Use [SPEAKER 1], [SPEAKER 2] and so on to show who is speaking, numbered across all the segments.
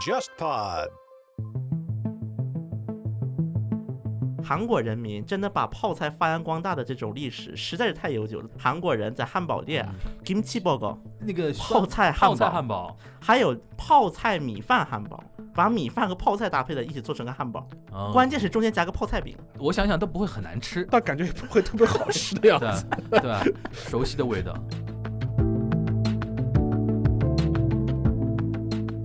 [SPEAKER 1] JustPod。
[SPEAKER 2] 韩国人民真的把泡菜发扬光大的这种历史实在是太悠久了。韩国人在汉堡店、kimchi 啊
[SPEAKER 3] 嗯
[SPEAKER 2] burger、
[SPEAKER 4] 那个，
[SPEAKER 2] 泡菜汉
[SPEAKER 3] 泡菜
[SPEAKER 2] 堡
[SPEAKER 3] 汉，堡
[SPEAKER 2] 还有泡菜米饭汉堡，把米饭和泡菜搭配在一起做成个汉堡，
[SPEAKER 3] 嗯
[SPEAKER 2] 关键是中间夹个泡菜饼。
[SPEAKER 3] 我想想都不会很难吃
[SPEAKER 4] 但感觉也不会特别好吃的 样
[SPEAKER 3] 对
[SPEAKER 4] 子。
[SPEAKER 3] 对，熟悉的味道。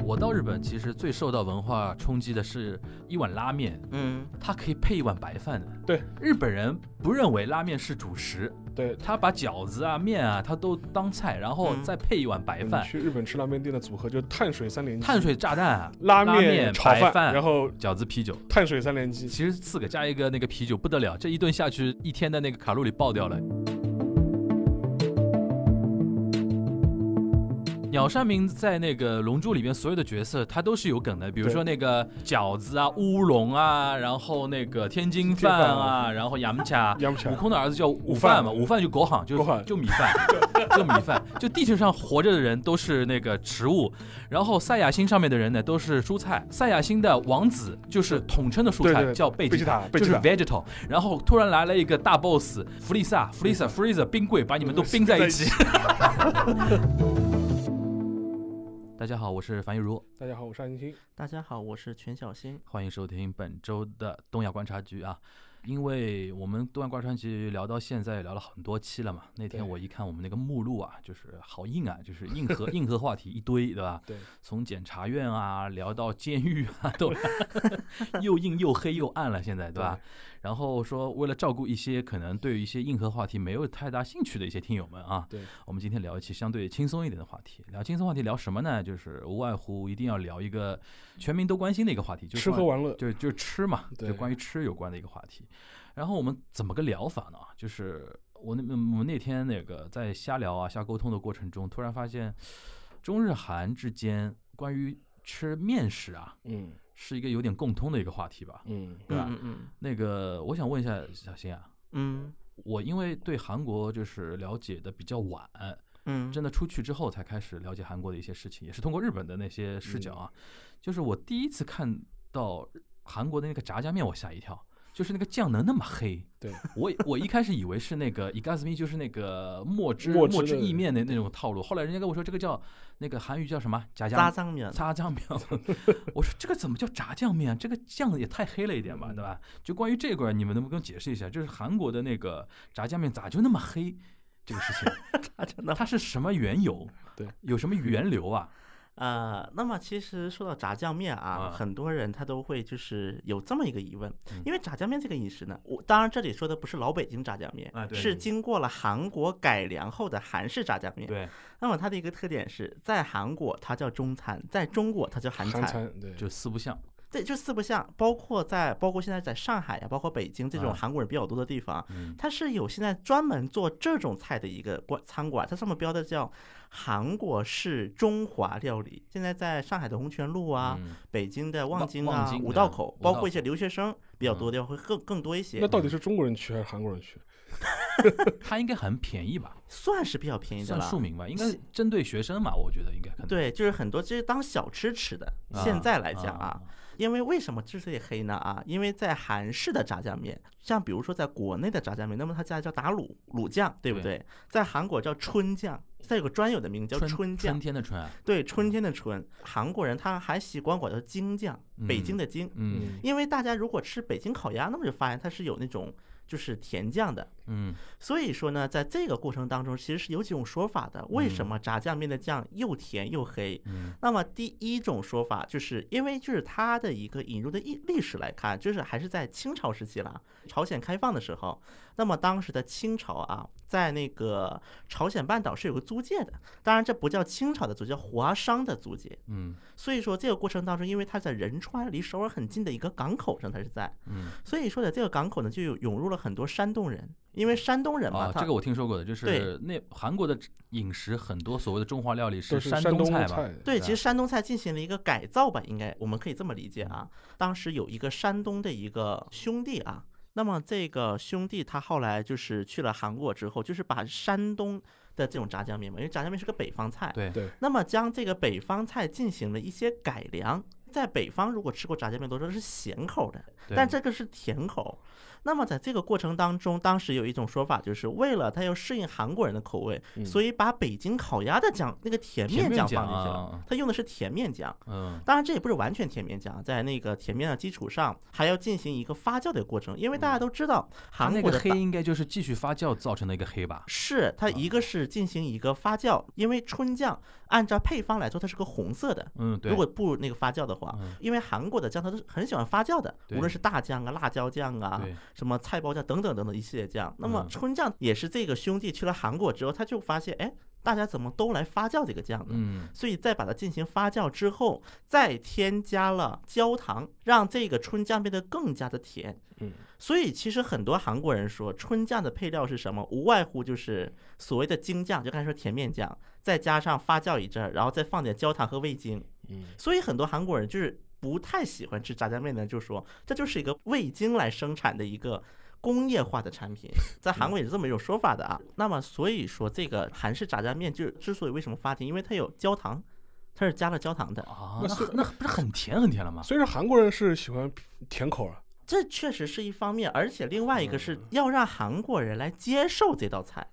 [SPEAKER 3] 我到日本其实最受到文化冲击的是一碗拉面，
[SPEAKER 2] 嗯，
[SPEAKER 3] 它可以配一碗白饭的。
[SPEAKER 4] 对，
[SPEAKER 3] 日本人不认为拉面是主食，
[SPEAKER 4] 对，
[SPEAKER 3] 他把饺子啊、面啊，他都当菜，然后
[SPEAKER 2] 嗯
[SPEAKER 3] 再配一碗白
[SPEAKER 4] 你
[SPEAKER 3] 饭，
[SPEAKER 4] 嗯去日本吃拉面店的组合就碳水三连击，
[SPEAKER 3] 碳水炸弹啊，
[SPEAKER 4] 拉
[SPEAKER 3] 面、
[SPEAKER 4] 面、炒
[SPEAKER 3] 白
[SPEAKER 4] 饭，然后
[SPEAKER 3] 饺子、啤酒。
[SPEAKER 4] 碳水三连击。
[SPEAKER 3] 其实四个加一个那个啤酒不得了，这一顿下去，一天的那个卡路里爆掉了。鸟山明在那个《龙珠》里边所有的角色，他都是有梗的，比如说那个饺子啊、乌龙啊，然后那个天津饭
[SPEAKER 4] 天津饭
[SPEAKER 3] 啊，然后雅木恰。
[SPEAKER 4] 养不起
[SPEAKER 3] 悟
[SPEAKER 4] 来，
[SPEAKER 3] 空的儿子叫午饭嘛，
[SPEAKER 4] 嗯午饭
[SPEAKER 3] 午饭就国行，就
[SPEAKER 4] 国行
[SPEAKER 3] 就米 饭，就米饭，就地球上活着的人都是那个植物，然后赛亚星上面的人呢都是蔬菜，赛亚星的王子就是统称的蔬
[SPEAKER 4] 对
[SPEAKER 3] 菜
[SPEAKER 4] 对对
[SPEAKER 3] 叫贝
[SPEAKER 4] 贝
[SPEAKER 3] 吉
[SPEAKER 4] 吉
[SPEAKER 3] 塔
[SPEAKER 4] 塔，
[SPEAKER 3] 就
[SPEAKER 4] 贝
[SPEAKER 3] 是
[SPEAKER 4] 吉塔
[SPEAKER 3] vegetal，然后突然来了一个大 boss 弗利萨，弗利萨 freezer 冰柜把你们都冰在一 起。大家好，我是樊玉茹，
[SPEAKER 4] 大家好，我是安欣。
[SPEAKER 2] 大家好，我是全小新。
[SPEAKER 3] 欢迎收听本周的东亚观察局啊。因为我们东亚观察局聊到现在聊了很多期了嘛，那天
[SPEAKER 4] 对
[SPEAKER 3] 我一看我们那个目录啊，就是好硬啊，就是硬核硬核话题一堆，对吧？
[SPEAKER 4] 对，
[SPEAKER 3] 从检察院啊聊到监狱啊， 都 又硬又黑又暗了，现在对吧？然后说为了照顾一些可能对于一些硬核话题没有太大兴趣的一些听友们啊，
[SPEAKER 4] 对，
[SPEAKER 3] 我们今天聊一期相对轻松一点的话题。聊轻松话题聊什么呢？就是无外乎一定要聊一个全民都关心的一个话题，就是
[SPEAKER 4] 吃喝玩乐，
[SPEAKER 3] 就就吃嘛，
[SPEAKER 4] 对
[SPEAKER 3] 就关于吃有关的一个话题。然后我们怎么个聊法呢？就是我那嗯我们那天那个在瞎聊啊、瞎沟通的过程中，突然发现中日韩之间关于吃面食啊，
[SPEAKER 4] 嗯
[SPEAKER 3] 是一个有点共通的一个话题吧。
[SPEAKER 4] 嗯，
[SPEAKER 3] 对吧
[SPEAKER 2] 嗯嗯
[SPEAKER 3] 那个我想问一下小新啊，
[SPEAKER 2] 嗯
[SPEAKER 3] 我因为对韩国就是了解的比较晚，
[SPEAKER 2] 嗯，
[SPEAKER 3] 真的出去之后才开始了解韩国的一些事情，也是通过日本的那些视角
[SPEAKER 4] 嗯
[SPEAKER 3] 啊。就是我第一次看到韩国的那个炸酱面，我吓一跳，就是那个酱能那么黑。
[SPEAKER 4] 对，
[SPEAKER 3] 我我一开始以为是那个 igasmi，就是那个墨汁
[SPEAKER 4] 墨汁
[SPEAKER 3] 墨汁
[SPEAKER 4] 的
[SPEAKER 3] 意面的那种套路。后来人家跟我说这个叫那个韩语叫什么炸酱
[SPEAKER 2] 炸酱面。
[SPEAKER 3] 炸酱面， 我说这个怎么叫炸酱面啊？这个酱也太黑了一点吧，对吧？
[SPEAKER 2] 嗯
[SPEAKER 3] 就关于这块儿，你们能不能给我解释一下？就是韩国的那个炸酱面咋就那么黑？这个事情，
[SPEAKER 2] 啊，真的
[SPEAKER 3] 它是什么缘由？
[SPEAKER 4] 对，
[SPEAKER 3] 有什么源流啊？
[SPEAKER 2] 呃，那么其实说到炸酱面啊，
[SPEAKER 3] 啊
[SPEAKER 2] 很多人他都会就是有这么一个疑问
[SPEAKER 3] 嗯，
[SPEAKER 2] 因为炸酱面这个饮食呢，我当然这里说的不是老北京炸酱面
[SPEAKER 3] 啊，对
[SPEAKER 2] 是经过了韩国改良后的韩式炸酱面。
[SPEAKER 3] 对，
[SPEAKER 2] 那么它的一个特点是在韩国它叫中餐，在中国它叫韩
[SPEAKER 4] 韩
[SPEAKER 2] 餐，
[SPEAKER 4] 餐对，
[SPEAKER 3] 就四不像。
[SPEAKER 2] 对，就四不像，包括在包括现在在上海呀、包括北京这
[SPEAKER 3] 啊
[SPEAKER 2] 种韩国人比较多的地方，
[SPEAKER 3] 嗯，
[SPEAKER 2] 它是有现在专门做这种菜的一个馆餐馆，它上面标的叫韩国式中华料理。现在在上海的红泉路啊，
[SPEAKER 3] 嗯，
[SPEAKER 2] 北京的望
[SPEAKER 3] 望
[SPEAKER 2] 京
[SPEAKER 3] 望
[SPEAKER 2] 啊
[SPEAKER 3] 京、
[SPEAKER 2] 五
[SPEAKER 3] 的
[SPEAKER 2] 道口
[SPEAKER 3] 五，
[SPEAKER 2] 包
[SPEAKER 3] 道嗯
[SPEAKER 2] 括一些留学生比较多的地方会更更多一些
[SPEAKER 4] 那，到底是中国人去还是韩国人去？
[SPEAKER 3] 它应该很便宜吧？
[SPEAKER 2] 算是比较便宜的
[SPEAKER 3] 算
[SPEAKER 2] 了
[SPEAKER 3] 庶。民吧，应该针对学生嘛，我觉得应该可能。
[SPEAKER 2] 对，就是很多这是当小吃吃的。
[SPEAKER 3] 啊，
[SPEAKER 2] 现在来讲
[SPEAKER 3] 啊
[SPEAKER 2] 啊，，因为为什么之所以黑呢啊？因为在韩式的炸酱面，像比如说在国内的炸酱面，那么它家叫打卤卤酱，对不
[SPEAKER 3] 对
[SPEAKER 2] 对？在韩国叫春酱，它有个专有的名字叫
[SPEAKER 3] 春
[SPEAKER 2] 春
[SPEAKER 3] 春
[SPEAKER 2] 酱，
[SPEAKER 3] 天的春啊，
[SPEAKER 2] 对，春天的春。韩国人他还习惯管它叫京酱，北京的京。
[SPEAKER 3] 嗯
[SPEAKER 2] 因为大家如果吃北京烤鸭，那么就发现它是有那种就是甜酱的。
[SPEAKER 3] 嗯，
[SPEAKER 2] 所以说呢，在这个过程当中，其实是有几种说法的。为什么炸酱面的酱又甜又黑？
[SPEAKER 3] 嗯
[SPEAKER 2] 那么第一种说法，就是因为就是它的一个引入的历历史来看，就是还是在清朝时期啦，朝鲜开放的时候。那么当时的清朝啊，在那个朝鲜半岛是有个租界的，当然这不叫清朝的租界，叫华商的租界。
[SPEAKER 3] 嗯
[SPEAKER 2] 所以说这个过程当中，因为它在仁川离首尔很近的一个港口上，它是在，
[SPEAKER 3] 嗯，
[SPEAKER 2] 所以说在这个港口呢，就有涌入了很多山东人，因为山东人嘛，
[SPEAKER 3] 啊，
[SPEAKER 2] 他
[SPEAKER 3] 这个我听说过的，就是
[SPEAKER 2] 对
[SPEAKER 3] 那韩国的饮食很多所谓的中华料理
[SPEAKER 4] 都是
[SPEAKER 3] 山
[SPEAKER 4] 山
[SPEAKER 3] 东
[SPEAKER 4] 菜
[SPEAKER 3] 吧？
[SPEAKER 2] 对，
[SPEAKER 3] 吧
[SPEAKER 2] 其实山东菜进行了一个改造吧，应该我们可以这么理解啊。当时有一个山东的一个兄弟啊，那么这个兄弟他后来就是去了韩国之后，就是把山东的这种炸酱面嘛，因为炸酱面是个北方菜。
[SPEAKER 3] 对
[SPEAKER 4] 对
[SPEAKER 2] 那么将这个北方菜进行了一些改良。在北方，如果吃过炸酱面，都知道是咸口的，
[SPEAKER 3] 对
[SPEAKER 2] 但这个是甜口。那么在这个过程当中，当时有一种说法，就是为了它要适应韩国人的口味，
[SPEAKER 4] 嗯
[SPEAKER 2] 所以把北京烤鸭的酱那个甜
[SPEAKER 3] 甜
[SPEAKER 2] 面
[SPEAKER 3] 面
[SPEAKER 2] 酱
[SPEAKER 3] 酱
[SPEAKER 2] 放进去了。
[SPEAKER 3] 啊
[SPEAKER 2] 它用的是甜面酱，
[SPEAKER 3] 嗯，
[SPEAKER 2] 当然这也不是完全甜面酱，在那个甜面的基础上，还要进行一个发酵的过程，因为大家都知道
[SPEAKER 3] 嗯它
[SPEAKER 2] 韩
[SPEAKER 3] 那
[SPEAKER 2] 国
[SPEAKER 3] 个
[SPEAKER 2] 的
[SPEAKER 3] 黑
[SPEAKER 2] 大
[SPEAKER 3] 应该就是继续发酵造成的一个黑吧？
[SPEAKER 2] 是它一
[SPEAKER 3] 啊
[SPEAKER 2] 个是进行一个发酵，因为春酱按照配方来说，它是个红色的。
[SPEAKER 3] 嗯，对。
[SPEAKER 2] 如果不那个发酵的话
[SPEAKER 3] 嗯，
[SPEAKER 2] 因为韩国的酱它都是很喜欢发酵的，
[SPEAKER 3] 对
[SPEAKER 2] 无论是大酱啊、辣椒酱啊、
[SPEAKER 3] 对
[SPEAKER 2] 什么菜包酱等等等等一系列酱。那么
[SPEAKER 3] 嗯
[SPEAKER 2] 春酱也是这个兄弟去了韩国之后，他就发现，哎，大家怎么都来发酵这个酱呢？
[SPEAKER 3] 嗯，
[SPEAKER 2] 所以再把它进行发酵之后，再添加了焦糖，让这个春酱变得更加的甜。
[SPEAKER 4] 嗯，
[SPEAKER 2] 所以其实很多韩国人说春酱的配料是什么，无外乎就是所谓的京酱，就刚才说甜面酱，再加上发酵一阵儿，然后再放点焦糖和味精。
[SPEAKER 4] 嗯，
[SPEAKER 2] 所以很多韩国人就是不太喜欢吃炸酱面的，就说这就是一个味精来生产的一个。工业化的产品，在
[SPEAKER 3] 嗯
[SPEAKER 2] 韩国也是这么一种说法的啊。那么所以说，这个韩式炸酱面就是之所以为什么发甜，因为它有焦糖，它是加了焦糖的。
[SPEAKER 3] 啊，那很那不是很甜很甜了吗？
[SPEAKER 4] 所以说韩国人是喜欢甜口啊，
[SPEAKER 2] 这确实是一方面，而且另外一个
[SPEAKER 3] 嗯
[SPEAKER 2] 是要让韩国人来接受这道菜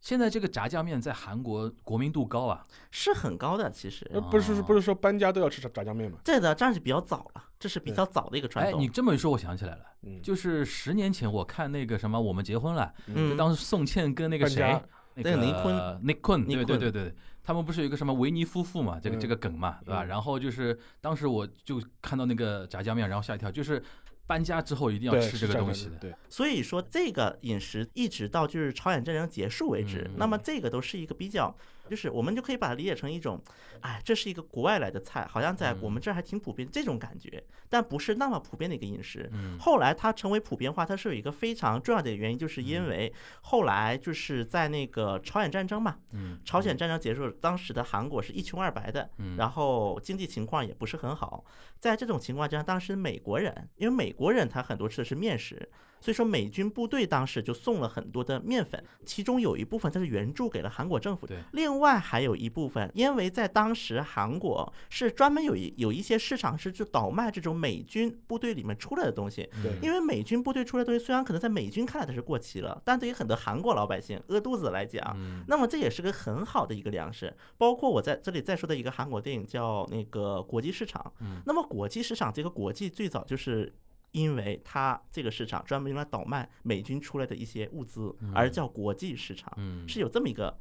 [SPEAKER 3] 现在这个炸酱面在韩国国民度高啊，
[SPEAKER 2] 是很高的。其实
[SPEAKER 3] 嗯
[SPEAKER 4] 呃不是
[SPEAKER 3] 哦
[SPEAKER 4] 说不是说搬家都要吃炸炸酱面嘛？
[SPEAKER 2] 这个当然是比较早了，这是比
[SPEAKER 4] 对
[SPEAKER 2] 较早的一个传
[SPEAKER 3] 哎，你
[SPEAKER 2] 统。
[SPEAKER 3] 这么一说，我想起来了，
[SPEAKER 4] 嗯，
[SPEAKER 3] 就是十年前我看那个什么《我们结婚了》，就
[SPEAKER 2] 嗯，
[SPEAKER 3] 当时宋茜跟那个
[SPEAKER 4] 搬
[SPEAKER 3] 谁
[SPEAKER 4] 家，
[SPEAKER 3] 那
[SPEAKER 2] 对
[SPEAKER 3] 个
[SPEAKER 2] 尼坤
[SPEAKER 3] 尼坤，
[SPEAKER 2] 尼
[SPEAKER 3] 对
[SPEAKER 2] 坤
[SPEAKER 3] 对对对，他们不是有一个什么维尼夫妇嘛，这个这
[SPEAKER 4] 嗯
[SPEAKER 3] 个梗嘛，对吧？
[SPEAKER 4] 嗯
[SPEAKER 3] 然后就是当时我就看到那个炸酱面，然后吓一跳，就是搬家之后一定要
[SPEAKER 4] 对
[SPEAKER 3] 吃这个
[SPEAKER 4] 炸
[SPEAKER 3] 东
[SPEAKER 4] 酱面
[SPEAKER 3] 西的，
[SPEAKER 4] 对，
[SPEAKER 2] 所以说这个饮食一直到就是朝鲜战争结束为止
[SPEAKER 3] 嗯，
[SPEAKER 2] 那么这个都是一个比较，就是我们就可以把它理解成一种，哎，这是一个国外来的菜，好像在
[SPEAKER 3] 嗯
[SPEAKER 2] 我们这儿还挺普遍这种感觉，但不是那么普遍的一个饮食。
[SPEAKER 3] 嗯，
[SPEAKER 2] 后来它成为普遍化，它是有一个非常重要的原因，就是因
[SPEAKER 3] 嗯
[SPEAKER 2] 为后来就是在那个朝鲜战争嘛，
[SPEAKER 3] 嗯
[SPEAKER 2] 朝鲜战争结束，当时的韩国是一穷二白的，
[SPEAKER 3] 嗯，
[SPEAKER 2] 然后经济情况也不是很好，在这种情况之下，当时美国人，因为美国人他很多吃的是面食，所以说美军部队当时就送了很多的面粉，其中有一部分它是援助给了韩国政府的
[SPEAKER 3] 对，
[SPEAKER 2] 另外还有一部分，因为在当时韩国是专门有一有一些市场是就倒卖这种美军部队里面出来的东西，
[SPEAKER 3] 嗯
[SPEAKER 4] 对
[SPEAKER 2] 因为美军部队出来的东西虽然可能在美军看来它是过期了，但对于很多韩国老百姓饿肚子来讲，
[SPEAKER 3] 嗯
[SPEAKER 2] 那么这也是个很好的一个粮食，包括我在这里再说的一个韩国电影叫那个国际市场。
[SPEAKER 3] 嗯
[SPEAKER 2] 那么国际市场这个国际最早就是因为它这个市场专门用来倒卖美军出来的一些物资，而叫国际市场，
[SPEAKER 3] 嗯
[SPEAKER 2] 是有这么一个。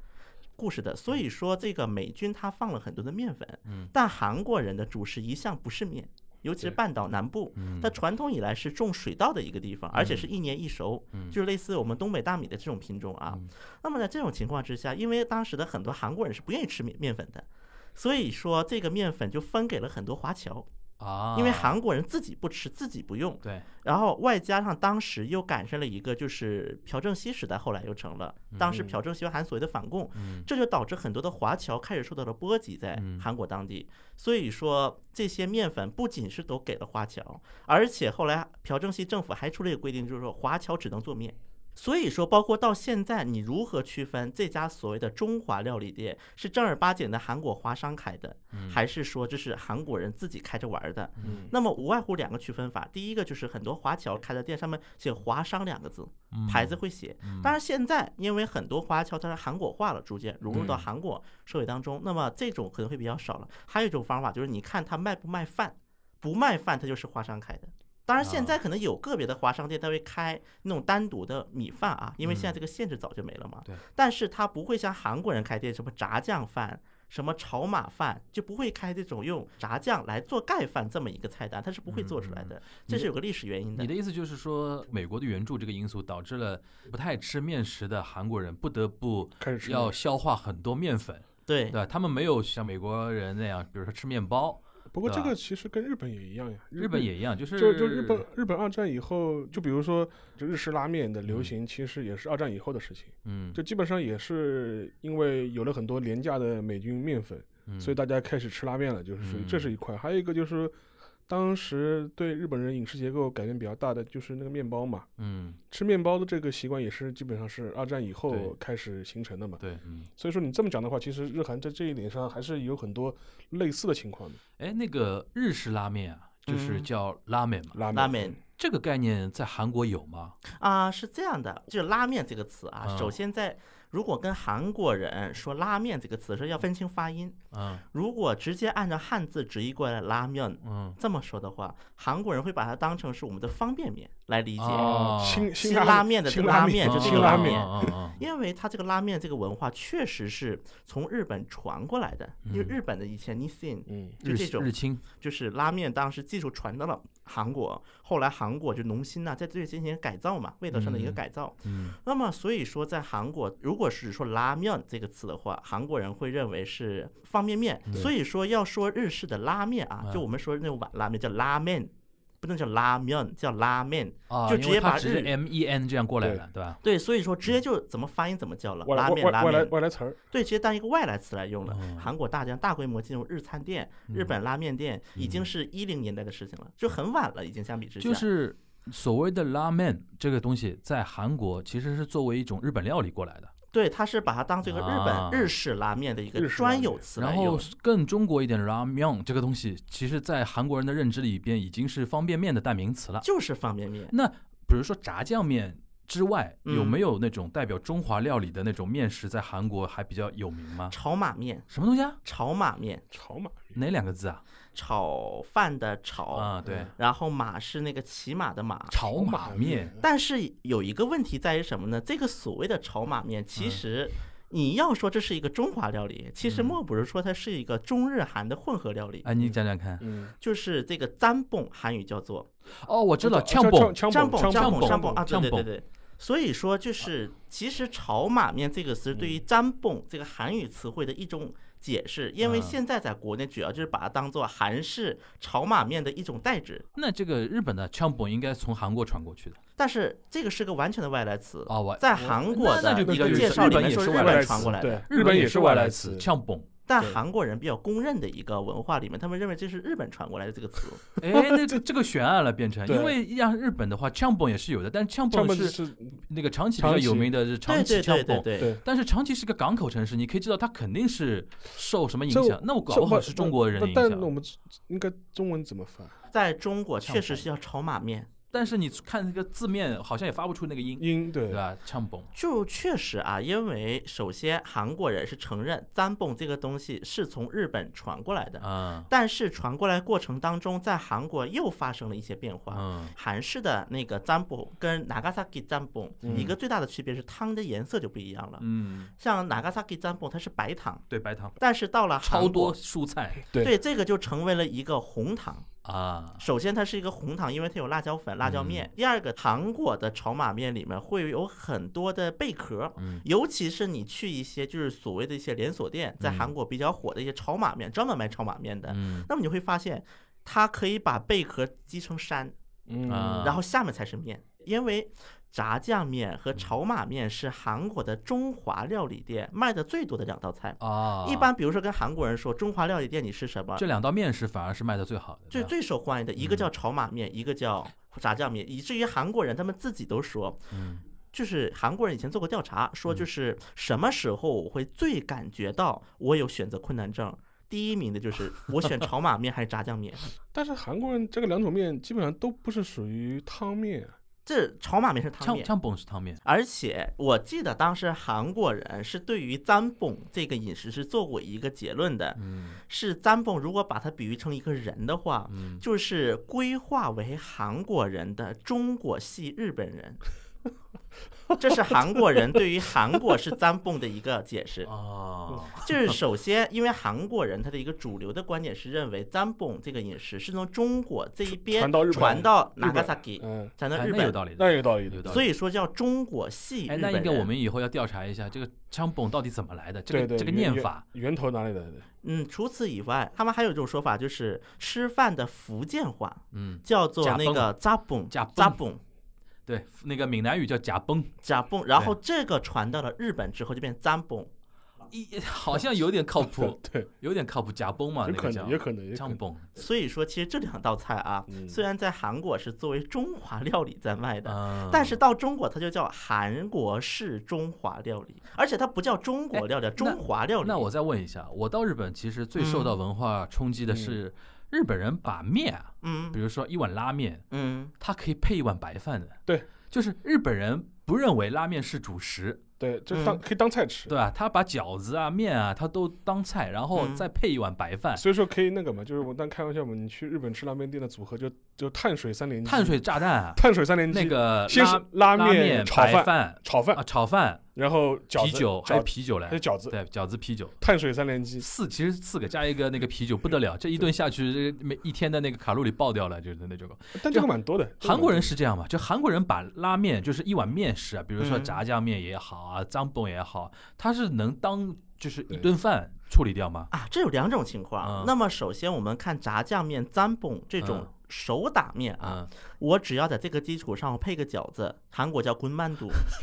[SPEAKER 2] 故事的，所以说这个美军他放了很多的面粉，
[SPEAKER 3] 嗯
[SPEAKER 2] 但韩国人的主食一向不是面，尤其是
[SPEAKER 4] 对
[SPEAKER 2] 半岛南部，
[SPEAKER 3] 嗯
[SPEAKER 2] 它传统以来是种水稻的一个地方，而且是一年一熟，
[SPEAKER 3] 嗯
[SPEAKER 2] 就是类似我们东北大米的这种品种啊。
[SPEAKER 3] 嗯
[SPEAKER 2] 那么在这种情况之下，因为当时的很多韩国人是不愿意吃面面粉的，所以说这个面粉就分给了很多华侨，
[SPEAKER 3] 啊，
[SPEAKER 2] 因为韩国人自己不吃，自己不用，
[SPEAKER 3] 对
[SPEAKER 2] 然后外加上当时又赶上了一个就是朴正熙时代，后来又成了当时朴正熙和韩所谓的反共，
[SPEAKER 3] 嗯
[SPEAKER 2] 这就导致很多的华侨开始受到了波及，在
[SPEAKER 3] 嗯
[SPEAKER 2] 韩国当地。所以说，这些面粉不仅是都给了华侨，而且后来朴正熙政府还出了一个规定，就是说华侨只能做面。所以说，包括到现在，你如何区分这家所谓的中华料理店是正儿八经的韩国华商开的，还是说这是韩国人自己开着玩儿的？
[SPEAKER 4] 嗯，
[SPEAKER 2] 那么无外乎两个区分法，第一个就是很多华侨开的店上面写“华商”两个字，
[SPEAKER 3] 嗯
[SPEAKER 2] 牌子会写。当然，现在因为很多华侨它是韩国化了，逐渐融
[SPEAKER 3] 嗯
[SPEAKER 2] 入到
[SPEAKER 4] 对
[SPEAKER 2] 韩国社会当中，那么这种可能会比较少了。还有一种方法就是你看它卖不卖饭，不卖饭它就是华商开的。当然，现在
[SPEAKER 3] 啊
[SPEAKER 2] 可能有个别的华商店，它会开那种单独的米饭啊，因为现在这个限制早就没了嘛。
[SPEAKER 3] 嗯对。
[SPEAKER 2] 但是它不会像韩国人开店，什么炸酱饭、什么炒马饭，就不会开这种用炸酱来做盖饭这么一个菜单，它是不会做出来的。这是有个历史原因的
[SPEAKER 3] 嗯你。的意思就是说，美国的援助这个因素导致了不太吃面食的韩国人不得不
[SPEAKER 4] 开始吃
[SPEAKER 3] 要
[SPEAKER 4] 面
[SPEAKER 3] 消化很多面粉，
[SPEAKER 2] 对
[SPEAKER 3] 对吧？他们没有像美国人那样，比如说吃面包，
[SPEAKER 4] 不过
[SPEAKER 3] 对
[SPEAKER 4] 这
[SPEAKER 3] 吧
[SPEAKER 4] 个其实跟日本也一样呀，
[SPEAKER 3] 日本也一样，就是
[SPEAKER 4] 就就
[SPEAKER 2] 嗯
[SPEAKER 4] 日本日本二战以后，就比如说就日式拉面的
[SPEAKER 2] 嗯
[SPEAKER 4] 流行，其实也是二战以后的事情。
[SPEAKER 3] 嗯，
[SPEAKER 4] 就基本上也是因为有了很多廉价的美军面粉，
[SPEAKER 3] 嗯
[SPEAKER 2] 嗯
[SPEAKER 4] 所以大家开始吃拉面了，就是属于这是一块。还有一个就是当时对日本人饮食结构改变比较大的就是那个面包嘛，
[SPEAKER 3] 嗯，
[SPEAKER 4] 吃面包的这个习惯也是基本上是二战以
[SPEAKER 3] 对
[SPEAKER 4] 后开始形成的嘛。
[SPEAKER 3] 对，嗯，
[SPEAKER 4] 所以说你这么讲的话，其实日韩在这一点上还是有很多类似的情况的。
[SPEAKER 3] 哎，那个日式拉面啊，就是
[SPEAKER 2] 嗯
[SPEAKER 3] 叫拉面嘛，
[SPEAKER 4] 拉面，嗯
[SPEAKER 2] 拉面
[SPEAKER 3] 这个概念在韩国有吗？
[SPEAKER 2] 啊，是这样的，就是“拉面”这个词啊，首
[SPEAKER 3] 嗯
[SPEAKER 2] 先在如果跟韩国人说“拉面”这个词是要分清发音，
[SPEAKER 3] 嗯
[SPEAKER 2] 如果直接按照汉字直译过来“拉面
[SPEAKER 3] 嗯”，
[SPEAKER 2] 这么说的话，韩国人会把它当成是我们的方便面来理解，
[SPEAKER 3] 哦
[SPEAKER 4] 辛
[SPEAKER 2] 辛
[SPEAKER 4] 辛
[SPEAKER 2] 拉
[SPEAKER 4] 拉
[SPEAKER 2] 面的这
[SPEAKER 4] 辛
[SPEAKER 2] 个
[SPEAKER 4] 拉
[SPEAKER 2] 拉面就
[SPEAKER 4] 就是是
[SPEAKER 2] 这个
[SPEAKER 4] 拉
[SPEAKER 2] 拉面
[SPEAKER 4] 面。
[SPEAKER 3] 嗯嗯嗯嗯
[SPEAKER 2] 因为它这个拉面这个文化确实是从日本传过来的，因为
[SPEAKER 3] 嗯
[SPEAKER 2] 日本的以前 Nissin
[SPEAKER 4] 嗯，
[SPEAKER 2] 就
[SPEAKER 3] 日
[SPEAKER 2] 这
[SPEAKER 3] 系
[SPEAKER 2] 种
[SPEAKER 3] 日清，
[SPEAKER 2] 就是拉面当时技术传到了韩国，后来韩国就农心呐、在对进行改造嘛，味道上的一个
[SPEAKER 3] 嗯
[SPEAKER 2] 改造。
[SPEAKER 3] 嗯
[SPEAKER 2] 那么所以说，在韩国，如果是说拉面这个词的话，韩国人会认为是方便面。所以说要说日式的拉面啊，
[SPEAKER 3] 嗯
[SPEAKER 2] 就我们说那种碗拉面叫拉面，不能叫拉面，叫拉面。
[SPEAKER 3] 啊，
[SPEAKER 2] 就
[SPEAKER 3] 因
[SPEAKER 2] 直
[SPEAKER 3] 为
[SPEAKER 2] 接
[SPEAKER 3] 它
[SPEAKER 2] 把
[SPEAKER 3] 只是
[SPEAKER 2] 日
[SPEAKER 3] M E N 这样过来
[SPEAKER 4] 对
[SPEAKER 3] 的，对吧？
[SPEAKER 2] 对，所以说
[SPEAKER 3] 嗯
[SPEAKER 2] 直接就怎么发音怎么叫了，
[SPEAKER 4] 外
[SPEAKER 2] 拉
[SPEAKER 4] 来
[SPEAKER 2] 面
[SPEAKER 4] 外
[SPEAKER 2] 拉
[SPEAKER 4] 外来
[SPEAKER 2] 面。
[SPEAKER 4] 外来词儿，
[SPEAKER 2] 对，直接当一个外来词来用了。
[SPEAKER 3] 哦嗯
[SPEAKER 2] 韩国大疆大规模进入日餐店、日本拉面店，已经是一零年代的事情了，就很晚了，已经相比之下。
[SPEAKER 3] 就是所谓的拉面这个东西，在韩国其实是作为一种日本料理过来的，
[SPEAKER 2] 对，他是把它当做一个日
[SPEAKER 3] 啊
[SPEAKER 2] 本日式拉面的一个
[SPEAKER 4] 日式拉
[SPEAKER 2] 专
[SPEAKER 4] 面
[SPEAKER 2] 有词来
[SPEAKER 3] 然
[SPEAKER 2] 用
[SPEAKER 3] 后。更中国一点的拉面这个东西，其实在韩国人的认知里边已经是方便面的代名词了。
[SPEAKER 2] 就是方便面，
[SPEAKER 3] 那比如说炸酱面之外，
[SPEAKER 2] 嗯
[SPEAKER 3] 有没有那种代表中华料理的那种面食在韩国还比较有名吗？
[SPEAKER 2] 炒马面，
[SPEAKER 3] 什么东西啊？
[SPEAKER 2] 炒马面，
[SPEAKER 4] 炒马面
[SPEAKER 3] 哪两个字啊？
[SPEAKER 2] 炒饭的炒，
[SPEAKER 3] 啊，对，
[SPEAKER 4] 嗯
[SPEAKER 2] 然后马是那个骑马的马。
[SPEAKER 3] 炒马面。
[SPEAKER 2] 但是有一个问题在于什么呢？这个所谓的炒马面，
[SPEAKER 3] 嗯
[SPEAKER 2] 其实你要说这是一个中华料理，其实莫不是说它是一个中日韩的混合料理。
[SPEAKER 3] 哎，嗯你讲讲看。
[SPEAKER 4] 嗯，
[SPEAKER 2] 就是这个占蹦，韩语叫做
[SPEAKER 3] 哦，我知道，呛
[SPEAKER 4] 枪
[SPEAKER 3] 蹦。
[SPEAKER 4] 枪
[SPEAKER 2] 占
[SPEAKER 4] 枪
[SPEAKER 2] 蹦，
[SPEAKER 4] 枪
[SPEAKER 2] 占
[SPEAKER 3] 枪
[SPEAKER 2] 蹦，
[SPEAKER 3] 蹦
[SPEAKER 2] 占蹦啊，对
[SPEAKER 3] 占
[SPEAKER 2] 对
[SPEAKER 3] 蹦
[SPEAKER 2] 对对。所以说，就是其实“炒马面”这个词对
[SPEAKER 3] 嗯
[SPEAKER 2] 于“占蹦”这个韩语词汇的一种解释，因为
[SPEAKER 3] 嗯
[SPEAKER 2] 现在在国内主要就是把它当做韩式炒马面的一种代指，
[SPEAKER 3] 那这个日本的呛蹦应该从韩国传过去的。
[SPEAKER 2] 但是这个是个完全的外来词，
[SPEAKER 3] 哦，我
[SPEAKER 2] 在韩国
[SPEAKER 3] 那
[SPEAKER 2] 的一
[SPEAKER 3] 那就
[SPEAKER 2] 个
[SPEAKER 3] 比较
[SPEAKER 2] 介绍里面
[SPEAKER 3] 日本也
[SPEAKER 2] 说
[SPEAKER 3] 是
[SPEAKER 2] 日
[SPEAKER 3] 外
[SPEAKER 2] 本
[SPEAKER 3] 来
[SPEAKER 2] 传
[SPEAKER 3] 词
[SPEAKER 2] 过来的，
[SPEAKER 4] 对，
[SPEAKER 3] 日
[SPEAKER 4] 本
[SPEAKER 3] 也
[SPEAKER 4] 是
[SPEAKER 3] 外
[SPEAKER 4] 来
[SPEAKER 3] 词，呛蹦。
[SPEAKER 2] 但
[SPEAKER 4] 对
[SPEAKER 2] 韩国人比较公认的一个文化里面，他们认为这是日本传过来的这个词。
[SPEAKER 3] 哎，那这这个悬案了， 变成
[SPEAKER 4] 对
[SPEAKER 3] 因为像日本的话，呛蹦也是有的，但是呛
[SPEAKER 4] 枪
[SPEAKER 3] 蹦
[SPEAKER 4] 蹦
[SPEAKER 3] 是
[SPEAKER 4] 是
[SPEAKER 3] 那个长崎比较
[SPEAKER 4] 长崎
[SPEAKER 3] 有名的是
[SPEAKER 2] 对
[SPEAKER 3] 长崎
[SPEAKER 2] 对
[SPEAKER 3] 呛
[SPEAKER 2] 对对
[SPEAKER 3] 蹦。
[SPEAKER 2] 对。
[SPEAKER 4] 对。
[SPEAKER 3] 但是长崎是个港口城市，你可以知道它肯定是受什么影
[SPEAKER 4] 这
[SPEAKER 3] 响。那我搞不好是中国人的影
[SPEAKER 4] 但但我
[SPEAKER 3] 响。
[SPEAKER 4] 们应该中文怎么翻？
[SPEAKER 2] 在中国确实
[SPEAKER 3] 呛
[SPEAKER 2] 是要炒马面，
[SPEAKER 3] 但是你看那个字面，好像也发不出那个音，
[SPEAKER 4] 音对
[SPEAKER 3] 对啊吧？呛蹦。
[SPEAKER 2] 就确实啊，因为首先韩国人是承认占蹦这个东西是从日本传过来的，
[SPEAKER 3] 啊，
[SPEAKER 2] 但是传过来过程当中，在韩国又发生了一些变化。
[SPEAKER 3] 嗯，
[SPEAKER 2] 韩式的那个占卜跟 Nagasaki 占卜一个最大的区别是汤的颜色就不一样了。
[SPEAKER 3] 嗯，
[SPEAKER 2] 像 Nagasaki 占卜它是白糖，
[SPEAKER 3] 对，白糖
[SPEAKER 2] 但是到了韩
[SPEAKER 3] 超多
[SPEAKER 2] 国，
[SPEAKER 3] 蔬菜
[SPEAKER 4] 对
[SPEAKER 2] 对这个就成为了一个红糖。
[SPEAKER 3] 啊，
[SPEAKER 2] 首先，它是一个红糖，因为它有辣椒粉、辣
[SPEAKER 3] 嗯
[SPEAKER 2] 椒面。第二个，韩国的炒马面里面会有很多的贝壳，
[SPEAKER 3] 嗯
[SPEAKER 2] 尤其是你去一些就是所谓的一些连锁店，在韩国比较火的一些炒马面，专门卖炒马面的，
[SPEAKER 3] 嗯
[SPEAKER 2] 那么你会发现，它可以把贝壳击成山，
[SPEAKER 4] 嗯
[SPEAKER 3] 啊
[SPEAKER 2] 然后下面才是面，因为。炸酱面和
[SPEAKER 3] 嗯
[SPEAKER 2] 炒马面是韩国的中华料理店卖的最多的两道菜。
[SPEAKER 3] 啊，
[SPEAKER 2] 一般比如说跟韩国人说中华料理店你是什么，
[SPEAKER 3] 这两道面食反而是卖的最好的，
[SPEAKER 2] 最
[SPEAKER 3] 对吧
[SPEAKER 2] 最受欢迎的一个
[SPEAKER 3] 嗯
[SPEAKER 2] 叫炒马面，一个叫炸酱面，以至于韩国人他们自己都说，
[SPEAKER 3] 嗯
[SPEAKER 2] 就是韩国人以前做过调查，说就是什么时候我会最感觉到我有选择困难症。第一名的 就是我选炒马面还是炸酱面，
[SPEAKER 4] 但是韩国人这个两种面基本上都不是属于汤面，啊
[SPEAKER 2] 这炒马面是汤
[SPEAKER 3] 呛
[SPEAKER 2] 面，
[SPEAKER 3] 呛蹦是汤面，
[SPEAKER 2] 而且我记得当时韩国人是对于占蹦这个饮食是做过一个结论的，
[SPEAKER 3] 嗯
[SPEAKER 2] 是占蹦如果把它比喻成一个人的话，
[SPEAKER 3] 嗯，
[SPEAKER 2] 就是规划为韩国人的中国系日本 人。这是韩国人对于韩国是占蹦的一个解释，
[SPEAKER 3] 哦，
[SPEAKER 2] 就是 首先，因为韩国人他的一个主流的观点是认为占蹦这个饮食是从中国这一边
[SPEAKER 4] 传到日本
[SPEAKER 2] 传到
[SPEAKER 4] 日本
[SPEAKER 2] Nagasaki，
[SPEAKER 4] 嗯，
[SPEAKER 2] 传到
[SPEAKER 3] 哎
[SPEAKER 2] 日
[SPEAKER 3] 那有
[SPEAKER 2] 本，
[SPEAKER 3] 道理的，
[SPEAKER 4] 那有道理
[SPEAKER 3] 有
[SPEAKER 4] 的。
[SPEAKER 3] 道理。
[SPEAKER 2] 所以说叫中国系
[SPEAKER 3] 哎，
[SPEAKER 2] 日
[SPEAKER 3] 那应
[SPEAKER 2] 本
[SPEAKER 3] 该我
[SPEAKER 2] 人。
[SPEAKER 3] 们以后要调查一下这个枪崩到底怎么来的，这
[SPEAKER 4] 对
[SPEAKER 3] 个
[SPEAKER 4] 对，
[SPEAKER 3] 这个
[SPEAKER 4] 源
[SPEAKER 3] 念法，
[SPEAKER 4] 源源头哪里来的？
[SPEAKER 2] 嗯，除此以外，他们还有一种说法，就是吃饭的福建话
[SPEAKER 3] 嗯，
[SPEAKER 2] 叫做那个扎蹦
[SPEAKER 3] 夹蹦
[SPEAKER 2] 扎蹦
[SPEAKER 3] 对，那个闽南语叫夹崩
[SPEAKER 4] 啊
[SPEAKER 2] 假蹦，然后这个传到了日本之后就变占蹦，
[SPEAKER 3] 一 好像有点靠谱，
[SPEAKER 4] 对，
[SPEAKER 3] 有点靠谱，驾崩嘛，
[SPEAKER 4] 有
[SPEAKER 3] 那
[SPEAKER 4] 可
[SPEAKER 3] 个叫
[SPEAKER 4] 能，也可能，也可
[SPEAKER 3] 酱
[SPEAKER 4] 能。
[SPEAKER 3] 崩，
[SPEAKER 2] 所以说，其实这两道菜啊，
[SPEAKER 4] 嗯
[SPEAKER 2] 虽然在韩国是作为中华料理在卖的，
[SPEAKER 3] 嗯，
[SPEAKER 2] 但是到中国它就叫韩国式中华料理，而且它不叫中国料理，叫中华料理。
[SPEAKER 3] 那我再问一下，我到日本其实最受到
[SPEAKER 4] 嗯
[SPEAKER 3] 文化冲击的是日本人把面啊，
[SPEAKER 2] 嗯
[SPEAKER 3] 比如说一碗拉面，
[SPEAKER 2] 嗯
[SPEAKER 3] 它可以配一碗白饭的，
[SPEAKER 4] 对，
[SPEAKER 3] 就是日本人不认为拉面是主食，
[SPEAKER 4] 对，就当
[SPEAKER 2] 嗯
[SPEAKER 4] 可以当菜吃
[SPEAKER 3] 对，吧？他把饺子啊、面啊，他都当菜，然后
[SPEAKER 2] 嗯
[SPEAKER 3] 再配一碗白饭，
[SPEAKER 4] 所以说可以那个嘛，就是我当开玩笑嘛，你去日本吃拉面店的组合就就碳水三连击，
[SPEAKER 3] 碳水炸弹啊，
[SPEAKER 4] 碳水三连击，
[SPEAKER 3] 那个
[SPEAKER 4] 先是
[SPEAKER 3] 拉
[SPEAKER 4] 拉面炒
[SPEAKER 3] 白
[SPEAKER 4] 饭
[SPEAKER 3] 饭
[SPEAKER 4] 炒饭
[SPEAKER 3] 啊，，炒饭、
[SPEAKER 4] 然后饺
[SPEAKER 3] 啤
[SPEAKER 4] 子
[SPEAKER 3] 酒还有
[SPEAKER 4] 饺
[SPEAKER 3] 啤酒
[SPEAKER 4] 还有
[SPEAKER 3] 嘞，
[SPEAKER 4] 饺子，
[SPEAKER 3] 对，饺子、啤酒。
[SPEAKER 4] 碳水三连击，
[SPEAKER 3] 四其实四个加一个那个啤酒不得了，这一顿下去，这每一天的那个卡路里爆掉了，就是那种。
[SPEAKER 4] 但这个蛮多的。这个蛮
[SPEAKER 3] 啊
[SPEAKER 4] 多的
[SPEAKER 3] 韩国人是这样嘛？就韩国人把拉面就是一碗面食啊，比如说
[SPEAKER 2] 嗯
[SPEAKER 3] 炸酱面也好啊，张崩也好，他是能当就是一顿饭处理掉吗？
[SPEAKER 2] 啊，这有两种情况。
[SPEAKER 3] 嗯
[SPEAKER 2] 那么首先我们看炸酱面、占蹦这种
[SPEAKER 3] 嗯
[SPEAKER 2] 手打面啊，
[SPEAKER 3] 啊，
[SPEAKER 2] 我只要在这个基础上我配个饺子，韩国叫滚曼肚，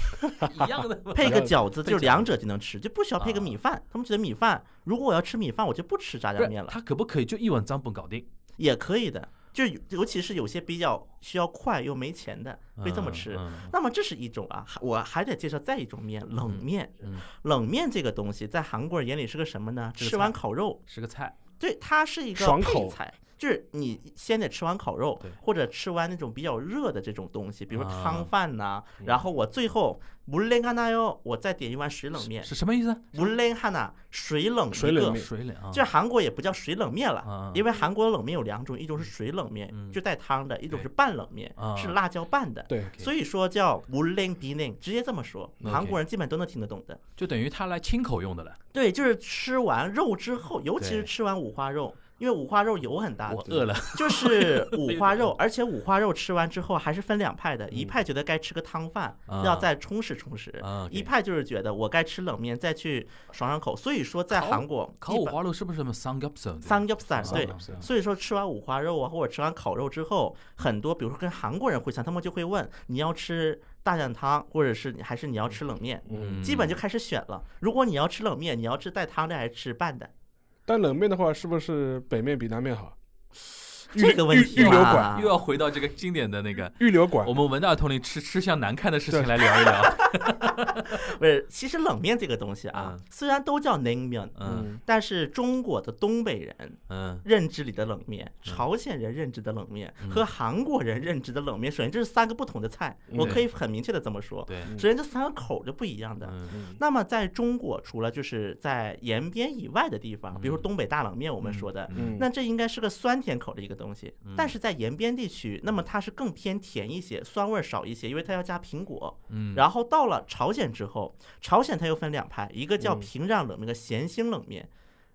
[SPEAKER 3] 一样 的嘛。
[SPEAKER 2] 配个
[SPEAKER 4] 配
[SPEAKER 2] 饺子
[SPEAKER 3] 配
[SPEAKER 2] 就
[SPEAKER 3] 饺
[SPEAKER 2] 两
[SPEAKER 3] 子
[SPEAKER 2] 者就能吃，就不需要配个
[SPEAKER 3] 啊
[SPEAKER 2] 米饭。他们觉得米饭，如果我要吃米饭，我就不吃炸
[SPEAKER 3] 不
[SPEAKER 2] 酱
[SPEAKER 3] 是
[SPEAKER 2] 面了，
[SPEAKER 3] 他可不可以就一碗张崩搞定？
[SPEAKER 2] 也可以的。就尤其是有些比较需要快又没钱的，会这么
[SPEAKER 3] 嗯
[SPEAKER 2] 吃。
[SPEAKER 3] 嗯
[SPEAKER 2] 那么这是一种啊，还我还得介绍再一种面，冷面。
[SPEAKER 3] 嗯
[SPEAKER 2] 冷面这个东西在韩国人眼里是个什么呢？
[SPEAKER 3] 是个
[SPEAKER 2] 吃完烤肉，
[SPEAKER 3] 是个菜，
[SPEAKER 2] 对，它是一个
[SPEAKER 4] 爽
[SPEAKER 2] 配
[SPEAKER 4] 口
[SPEAKER 2] 菜，就是你先得吃完烤肉
[SPEAKER 3] 对，
[SPEAKER 2] 或者吃完那种比较热的这种东西，比如说
[SPEAKER 3] 啊嗯
[SPEAKER 2] 汤饭呐、然后我最后无冷干那哟，我再点一碗水冷面，
[SPEAKER 3] 是什么意思？啊
[SPEAKER 2] 无冷汉呐，水冷
[SPEAKER 4] 水
[SPEAKER 2] 一
[SPEAKER 4] 冷
[SPEAKER 2] 个
[SPEAKER 4] 面
[SPEAKER 3] 水冷啊，
[SPEAKER 2] 就是韩国也不叫水冷面了
[SPEAKER 3] 啊，
[SPEAKER 2] 因为韩国的冷面有两种，一种是水冷面，
[SPEAKER 3] 嗯
[SPEAKER 2] 就带汤的；一种
[SPEAKER 3] 对
[SPEAKER 2] 是拌冷面，
[SPEAKER 3] 啊
[SPEAKER 2] 是辣椒拌的。
[SPEAKER 4] 对，
[SPEAKER 2] 所以说叫无冷敌冷，直接这么说，
[SPEAKER 3] OK
[SPEAKER 2] 韩国人基本都能听得懂的。
[SPEAKER 3] 就等于他来清口用的了。
[SPEAKER 2] 对，就是吃完肉之后，尤其是
[SPEAKER 3] 对
[SPEAKER 2] 吃完五花肉，因为五花肉油很大
[SPEAKER 3] 我
[SPEAKER 2] 的，
[SPEAKER 3] 饿了，
[SPEAKER 2] 就是五花肉，而且五花肉吃完之后还是分两派的，一派觉得该吃个汤饭，
[SPEAKER 3] 嗯啊
[SPEAKER 2] 要再充实充实
[SPEAKER 3] 啊，OK；
[SPEAKER 2] 一派就是觉得我该吃冷面，再去爽爽口。所以说，在
[SPEAKER 3] 烤
[SPEAKER 2] 韩国
[SPEAKER 3] 烤
[SPEAKER 2] 一
[SPEAKER 3] 五
[SPEAKER 2] 般
[SPEAKER 3] 花肉是不是什么 samgyeopsal？
[SPEAKER 2] 三 u p s a 对。
[SPEAKER 3] Samgyeopsal
[SPEAKER 2] 所以说，吃完五花肉啊，或者吃完烤肉之后，很多比如说跟韩国人会餐，他们就会问你要吃大酱汤，或者是你还是你要吃冷面，
[SPEAKER 4] 嗯。
[SPEAKER 2] 基本就开始选了。如果你要吃冷面，你要吃带汤的还是吃拌的？
[SPEAKER 4] 但冷面的话，是不是北面比南面好？预
[SPEAKER 2] 这个问题
[SPEAKER 4] 预预留
[SPEAKER 2] 吧
[SPEAKER 4] 馆，
[SPEAKER 3] 又要回到这个经典的那个，
[SPEAKER 4] 预留馆
[SPEAKER 3] 我，们文大统领吃吃相难看的事情来聊一聊。
[SPEAKER 2] 不是，其实冷面这个东西啊
[SPEAKER 3] 嗯，
[SPEAKER 2] 虽然都叫 naengmyeon，
[SPEAKER 3] 嗯
[SPEAKER 2] 但是中国的东北人
[SPEAKER 3] 嗯，
[SPEAKER 2] 认知里的冷面、朝鲜人认知的冷面和韩国人认知的冷面，首先这是三个不同的菜，我可以很明确的这么说。
[SPEAKER 3] 对，
[SPEAKER 2] 首先这三个口就不一样的。
[SPEAKER 3] 嗯
[SPEAKER 2] 那么在中国，除了就是在延边以外的地方，比如说东北大冷面，我们说的。
[SPEAKER 4] 嗯，
[SPEAKER 2] 那这应该是个酸甜口的一个东西，但是在延边地区，那么它是更偏甜一些，酸味儿少一些，因为它要加苹果。
[SPEAKER 3] 嗯，
[SPEAKER 2] 然后到了朝鲜之后，朝鲜它又分两派，一个
[SPEAKER 3] 嗯
[SPEAKER 2] 叫平壤冷面，一个咸兴冷面。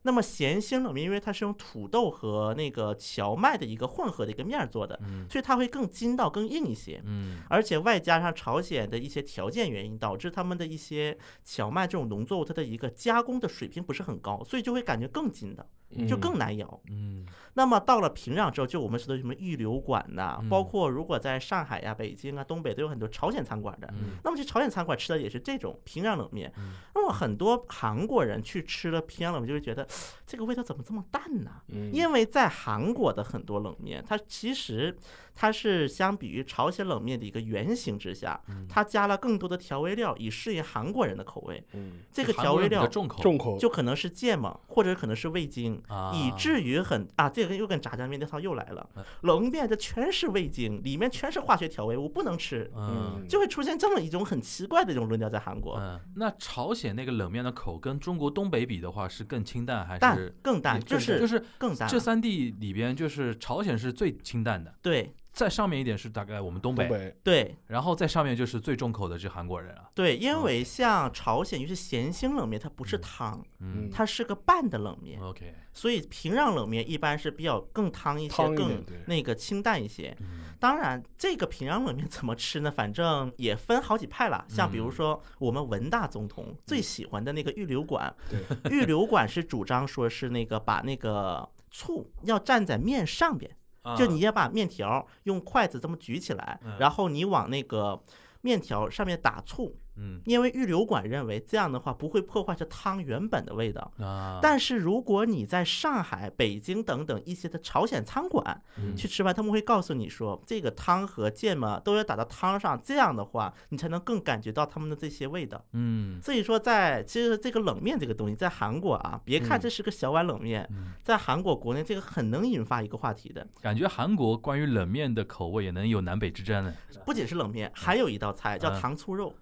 [SPEAKER 2] 那么咸兴冷面，因为它是用土豆和那个荞麦的一个混合的一个面儿做的，所以它会更筋道、更硬一些。
[SPEAKER 3] 嗯
[SPEAKER 2] 而且外加上朝鲜的一些条件原因，导致他们的一些荞麦这种农作物，它的一个加工的水平不是很高，所以就会感觉更筋道，就更难咬。
[SPEAKER 3] 嗯
[SPEAKER 2] 那么到了平壤之后，就我们说的什么玉流馆呐、
[SPEAKER 3] 嗯
[SPEAKER 2] 包括如果在上海呀、北京啊、东北都有很多朝鲜餐馆的。
[SPEAKER 3] 嗯
[SPEAKER 2] 那么去朝鲜餐馆吃的也是这种平壤冷面。那么很多韩国人去吃了平壤冷面，就会觉得这个味道怎么这么淡呢？
[SPEAKER 4] 嗯
[SPEAKER 2] 因为在韩国的很多冷面，它其实它是相比于朝鲜冷面的一个原型之下，
[SPEAKER 3] 嗯
[SPEAKER 2] 它加了更多的调味料以适应韩国人的口味。
[SPEAKER 4] 嗯，
[SPEAKER 2] 这个调味料
[SPEAKER 3] 韩国人比较重口，
[SPEAKER 4] 重口
[SPEAKER 2] 就可能是芥末，或者可能是味精，
[SPEAKER 3] 啊
[SPEAKER 2] 以至于很啊，这个又跟炸酱面那套又来了
[SPEAKER 3] 嗯，
[SPEAKER 2] 冷面这全是味精，里面全是化学调味，我不能吃，
[SPEAKER 3] 嗯。
[SPEAKER 2] 就会出现这么一种很奇怪的一种论调在韩国，
[SPEAKER 3] 嗯，那朝鲜那个冷面的口跟中国东北比的话，是更清淡还
[SPEAKER 2] 淡
[SPEAKER 3] 是
[SPEAKER 2] 更淡，就
[SPEAKER 3] 就是是
[SPEAKER 2] 更淡
[SPEAKER 3] 这，三地里边，就是朝鲜是最清淡的，
[SPEAKER 2] 对
[SPEAKER 3] 在上面一点是大概我们东
[SPEAKER 4] 东
[SPEAKER 3] 北，
[SPEAKER 4] 北
[SPEAKER 2] 对
[SPEAKER 3] 然后在上面就是最重口的是韩国人啊了。
[SPEAKER 2] 对，因为像朝鲜，尤其咸兴冷面，它不是汤，
[SPEAKER 3] 嗯
[SPEAKER 2] 它是个拌的冷面，
[SPEAKER 3] ，OK，
[SPEAKER 2] 所以平壤冷面一般是比较更汤一些，
[SPEAKER 4] 汤一点
[SPEAKER 2] 更
[SPEAKER 4] 对嗯
[SPEAKER 2] 那个清淡一些。当然，这个平壤冷面怎么吃呢？反正也分好几派啦。像比
[SPEAKER 4] 嗯
[SPEAKER 2] 如说我们文大总统最喜欢的那个玉流馆， 玉流馆是主张说是那个把那个醋要蘸在面上边，
[SPEAKER 4] 啊
[SPEAKER 3] 啊
[SPEAKER 2] 就你要把面
[SPEAKER 4] 嗯
[SPEAKER 2] 条用筷子这么举起来，然后你往那个面条上面打醋，
[SPEAKER 3] 嗯
[SPEAKER 2] 因为玉流馆认为这样的话不会破坏这汤原本的味道。
[SPEAKER 3] 啊，
[SPEAKER 2] 但是如果你在上海、北京等等一些的朝鲜餐馆
[SPEAKER 3] 嗯
[SPEAKER 2] 去吃饭，他们会告诉你说，这个汤和芥末都要打到汤上，这样的话你才能更感觉到他们的这些味道。
[SPEAKER 3] 嗯
[SPEAKER 2] 所以说在，其实这个冷面这个东西，在韩国啊，别看这是个小碗冷面，
[SPEAKER 3] 嗯，
[SPEAKER 2] 在韩国国内这个很能引发一个话题的，
[SPEAKER 3] 感觉韩国关于冷面的口味也能有南北之争呢。哎
[SPEAKER 2] 不仅是冷面，还有一道菜叫
[SPEAKER 3] 嗯
[SPEAKER 2] 糖醋肉，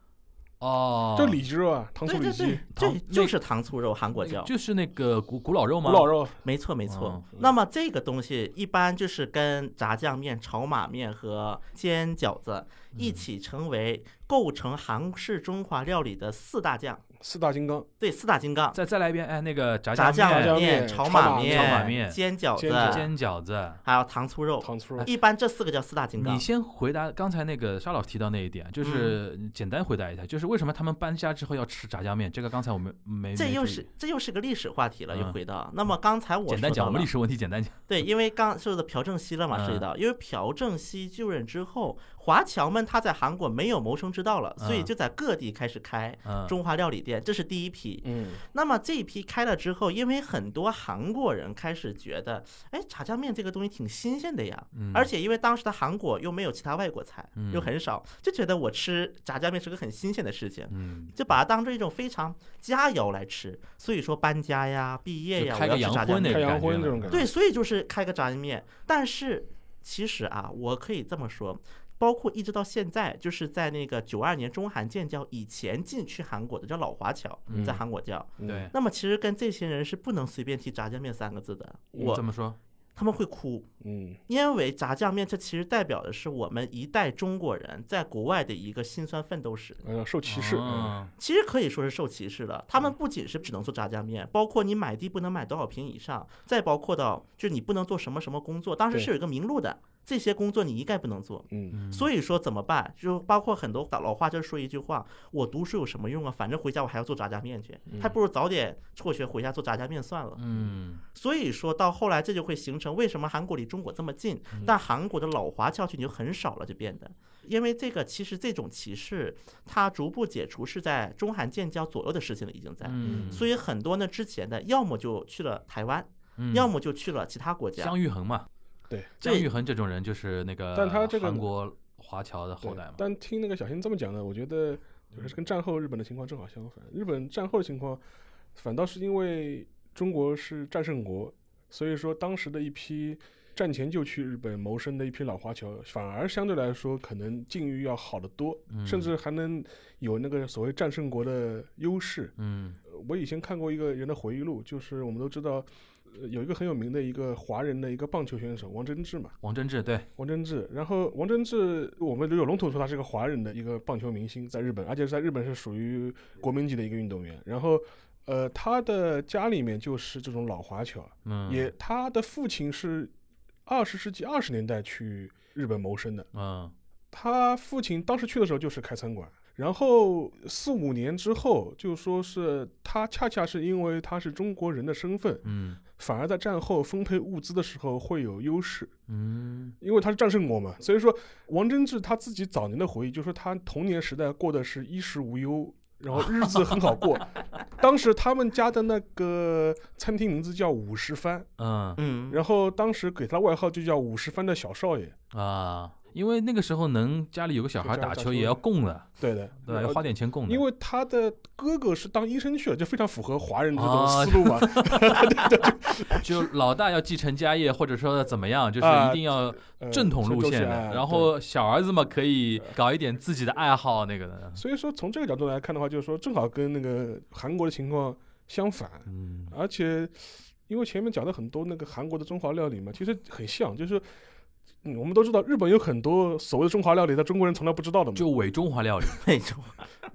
[SPEAKER 3] 哦，
[SPEAKER 4] 就里脊肉啊，糖
[SPEAKER 2] 对
[SPEAKER 4] 醋里
[SPEAKER 2] 对
[SPEAKER 4] 脊
[SPEAKER 2] 对，，
[SPEAKER 3] 糖
[SPEAKER 2] 这就是糖醋肉，韩国叫，
[SPEAKER 3] 就是那个古古老肉吗？
[SPEAKER 4] 古老肉，
[SPEAKER 2] 没错没错
[SPEAKER 3] 哦。
[SPEAKER 2] 那么这个东西一般就是跟炸酱面、炒马面和煎饺子
[SPEAKER 3] 嗯
[SPEAKER 2] 一起成为构成韩式中华料理的四大酱，
[SPEAKER 4] 四大金刚，
[SPEAKER 3] 哦
[SPEAKER 2] 对，四大金刚：
[SPEAKER 3] 再再来一遍，哎，那个炸
[SPEAKER 2] 炸
[SPEAKER 4] 面
[SPEAKER 3] 面、
[SPEAKER 2] 面、
[SPEAKER 4] 炒马
[SPEAKER 2] 马
[SPEAKER 4] 面
[SPEAKER 3] 炒马面
[SPEAKER 2] 煎饺
[SPEAKER 4] 煎饺
[SPEAKER 2] 子，
[SPEAKER 3] 煎饺子。
[SPEAKER 2] 还有糖醋肉。
[SPEAKER 4] 糖醋
[SPEAKER 3] 啊
[SPEAKER 4] 肉，
[SPEAKER 2] 一般这四个叫四大金刚
[SPEAKER 3] 你。先回答刚才那个沙老师提到那一点，
[SPEAKER 2] 嗯
[SPEAKER 3] 就是简单回答一下，就是为什么他们搬家之后要吃炸酱面？这个刚才我们没
[SPEAKER 2] 这
[SPEAKER 3] 没
[SPEAKER 2] 又
[SPEAKER 3] 注意
[SPEAKER 2] 是这又是个历史话题了，又
[SPEAKER 3] 嗯
[SPEAKER 2] 回到那么刚才我
[SPEAKER 3] 简
[SPEAKER 2] 说
[SPEAKER 3] 单讲，
[SPEAKER 2] 到
[SPEAKER 3] 我们
[SPEAKER 2] 了
[SPEAKER 3] 历，史问题简单讲。
[SPEAKER 2] 对，因为刚说的朴正熙了嘛，涉及
[SPEAKER 3] 嗯
[SPEAKER 2] 到，因为朴正熙就任之后，华侨们他在韩国没有谋生之道了，所以
[SPEAKER 3] 嗯
[SPEAKER 2] 就在各地开始开
[SPEAKER 3] 嗯，
[SPEAKER 2] 中华料理店，这是第一批。
[SPEAKER 4] 嗯，
[SPEAKER 2] 那么这一批开了之后，因为很多韩国人开始觉得，哎，炸酱面这个东西挺新鲜的呀，
[SPEAKER 3] 嗯
[SPEAKER 2] 而且因为当时的韩国又没有其他外国菜，又
[SPEAKER 3] 嗯
[SPEAKER 2] 很少，就觉得我吃炸酱面是个很新鲜的事情。
[SPEAKER 3] 嗯，
[SPEAKER 2] 就把它当成一种非常佳肴来吃。所以说搬家呀、毕业
[SPEAKER 3] 就
[SPEAKER 2] 呀，我
[SPEAKER 3] 开
[SPEAKER 2] 要
[SPEAKER 3] 个
[SPEAKER 2] 吃
[SPEAKER 3] 洋
[SPEAKER 2] 炸酱
[SPEAKER 3] 荤那
[SPEAKER 2] 面。
[SPEAKER 3] 个
[SPEAKER 4] 开洋
[SPEAKER 3] 感觉
[SPEAKER 4] 荤
[SPEAKER 3] 了
[SPEAKER 4] 这种感觉
[SPEAKER 2] 对，所以就是开个炸酱面。但是其实啊，我可以这么说，包括一直到现在，就是在那个九二年中韩建交以前进去韩国的叫老华侨，在
[SPEAKER 3] 嗯
[SPEAKER 2] 韩国叫。
[SPEAKER 4] 嗯
[SPEAKER 3] 对，
[SPEAKER 2] 那么其实跟这些人是不能随便提炸酱面三个字的，
[SPEAKER 3] 怎
[SPEAKER 2] 我
[SPEAKER 3] 么说？
[SPEAKER 2] 他们会哭。
[SPEAKER 4] 嗯，
[SPEAKER 2] 因为炸酱面，这其实代表的是我们一代中国人在国外的一个辛酸奋斗史。
[SPEAKER 4] 呃，受歧视，嗯
[SPEAKER 3] 哦
[SPEAKER 2] 其实可以说是受歧视了。他们不仅是只能做炸酱面，包括你买地不能买多少平以上，再包括到就是你不能做什么什么工作，当时
[SPEAKER 4] 对
[SPEAKER 2] 是有一个名录的，这些工作你一概不能做。
[SPEAKER 4] 嗯，
[SPEAKER 3] 嗯
[SPEAKER 2] 所以说怎么办？就包括很多老话，就是说一句话：我读书有什么用啊？反正回家我还要做炸酱面去，
[SPEAKER 4] 嗯
[SPEAKER 2] 还不如早点辍学回家做炸酱面算了。
[SPEAKER 3] 嗯
[SPEAKER 2] 所以说到后来，这就会形成为什么韩国离中国这么近，
[SPEAKER 3] 嗯
[SPEAKER 2] 但韩国的老华侨群就很少了，就变得，因为这个其实这种歧视，它逐步解除是在中韩建交左右的事情了，已经在。
[SPEAKER 3] 嗯，
[SPEAKER 2] 所以很多呢，之前的要么就去了台湾，
[SPEAKER 3] 嗯
[SPEAKER 2] 要么就去了其他国家
[SPEAKER 3] 姜。育恒嘛，
[SPEAKER 4] 对，
[SPEAKER 3] 姜
[SPEAKER 2] 对
[SPEAKER 3] 育恒这种人就是那个，
[SPEAKER 4] 但他这个
[SPEAKER 3] 韩国华侨的后
[SPEAKER 4] 对
[SPEAKER 3] 代嘛，
[SPEAKER 4] 但听那个小新这么讲呢，我觉得就是跟战后日本的情况正好相反。日本战后的情况，反倒是因为中国是战胜国，所以说当时的一批战前就去日本谋生的一批老华侨，反而相对来说可能境遇要好得多，
[SPEAKER 3] 嗯
[SPEAKER 4] 甚至还能有那个所谓战胜国的优势。
[SPEAKER 3] 嗯
[SPEAKER 4] 我以前看过一个人的回忆录，就是我们都知道。呃有一个很有名的一个华人的一个棒球选手王贞治嘛，
[SPEAKER 3] 王贞治对，
[SPEAKER 4] 王贞治，然后王贞治，我们有笼统说他是个华人的一个棒球明星，在日本，而且在日本是属于国民级的一个运动员。然后，呃，他的家里面就是这种老华侨，
[SPEAKER 3] 嗯
[SPEAKER 4] 也他的父亲是二十世纪二十年代去日本谋生的，
[SPEAKER 3] 嗯
[SPEAKER 4] 他父亲当时去的时候就是开餐馆，然后四五年之后，就说是他恰恰是因为他是中国人的身份，
[SPEAKER 3] 嗯
[SPEAKER 4] 反而在战后分配物资的时候会有优势。
[SPEAKER 3] 嗯
[SPEAKER 4] 因为他是战胜国嘛，所以说王贞治他自己早年的回忆，就说他童年时代过的是衣食无忧，然后日子很好过。 当时他们家的那个餐厅名字叫五十番，
[SPEAKER 3] 嗯
[SPEAKER 2] 嗯，
[SPEAKER 4] 然后当时给他外号就叫五十番的小少爷。
[SPEAKER 3] 啊，因为那个时候能家里有个小孩
[SPEAKER 4] 就
[SPEAKER 3] 打
[SPEAKER 4] 家打
[SPEAKER 3] 球
[SPEAKER 4] 球
[SPEAKER 3] 也要供的，
[SPEAKER 4] 对的，
[SPEAKER 3] 对吧，
[SPEAKER 4] 然
[SPEAKER 3] 要
[SPEAKER 4] 后
[SPEAKER 3] 花点钱供的，
[SPEAKER 4] 因为他的哥哥是当医生去了，就非常符合华人这种
[SPEAKER 3] 啊
[SPEAKER 4] 思 路嘛。
[SPEAKER 3] 就老大要继承家业，或者说怎么样，就是
[SPEAKER 4] 啊
[SPEAKER 3] 一定要
[SPEAKER 4] 呃
[SPEAKER 3] 正统路线
[SPEAKER 4] 是
[SPEAKER 3] 的。
[SPEAKER 4] 啊
[SPEAKER 3] 然
[SPEAKER 4] 对
[SPEAKER 3] 后小儿子嘛，可以搞一点自己的爱好那个的。
[SPEAKER 4] 所以说从这个角度来看的话，就是说正好跟那个韩国的情况相反。
[SPEAKER 3] 嗯
[SPEAKER 4] 而且因为前面讲的很多那个韩国的中华料理嘛，其实很像，就是、嗯、我们都知道日本有很多所谓的中华料理，但中国人从来不知道的嘛。
[SPEAKER 3] 就伪中华料理，
[SPEAKER 2] 那种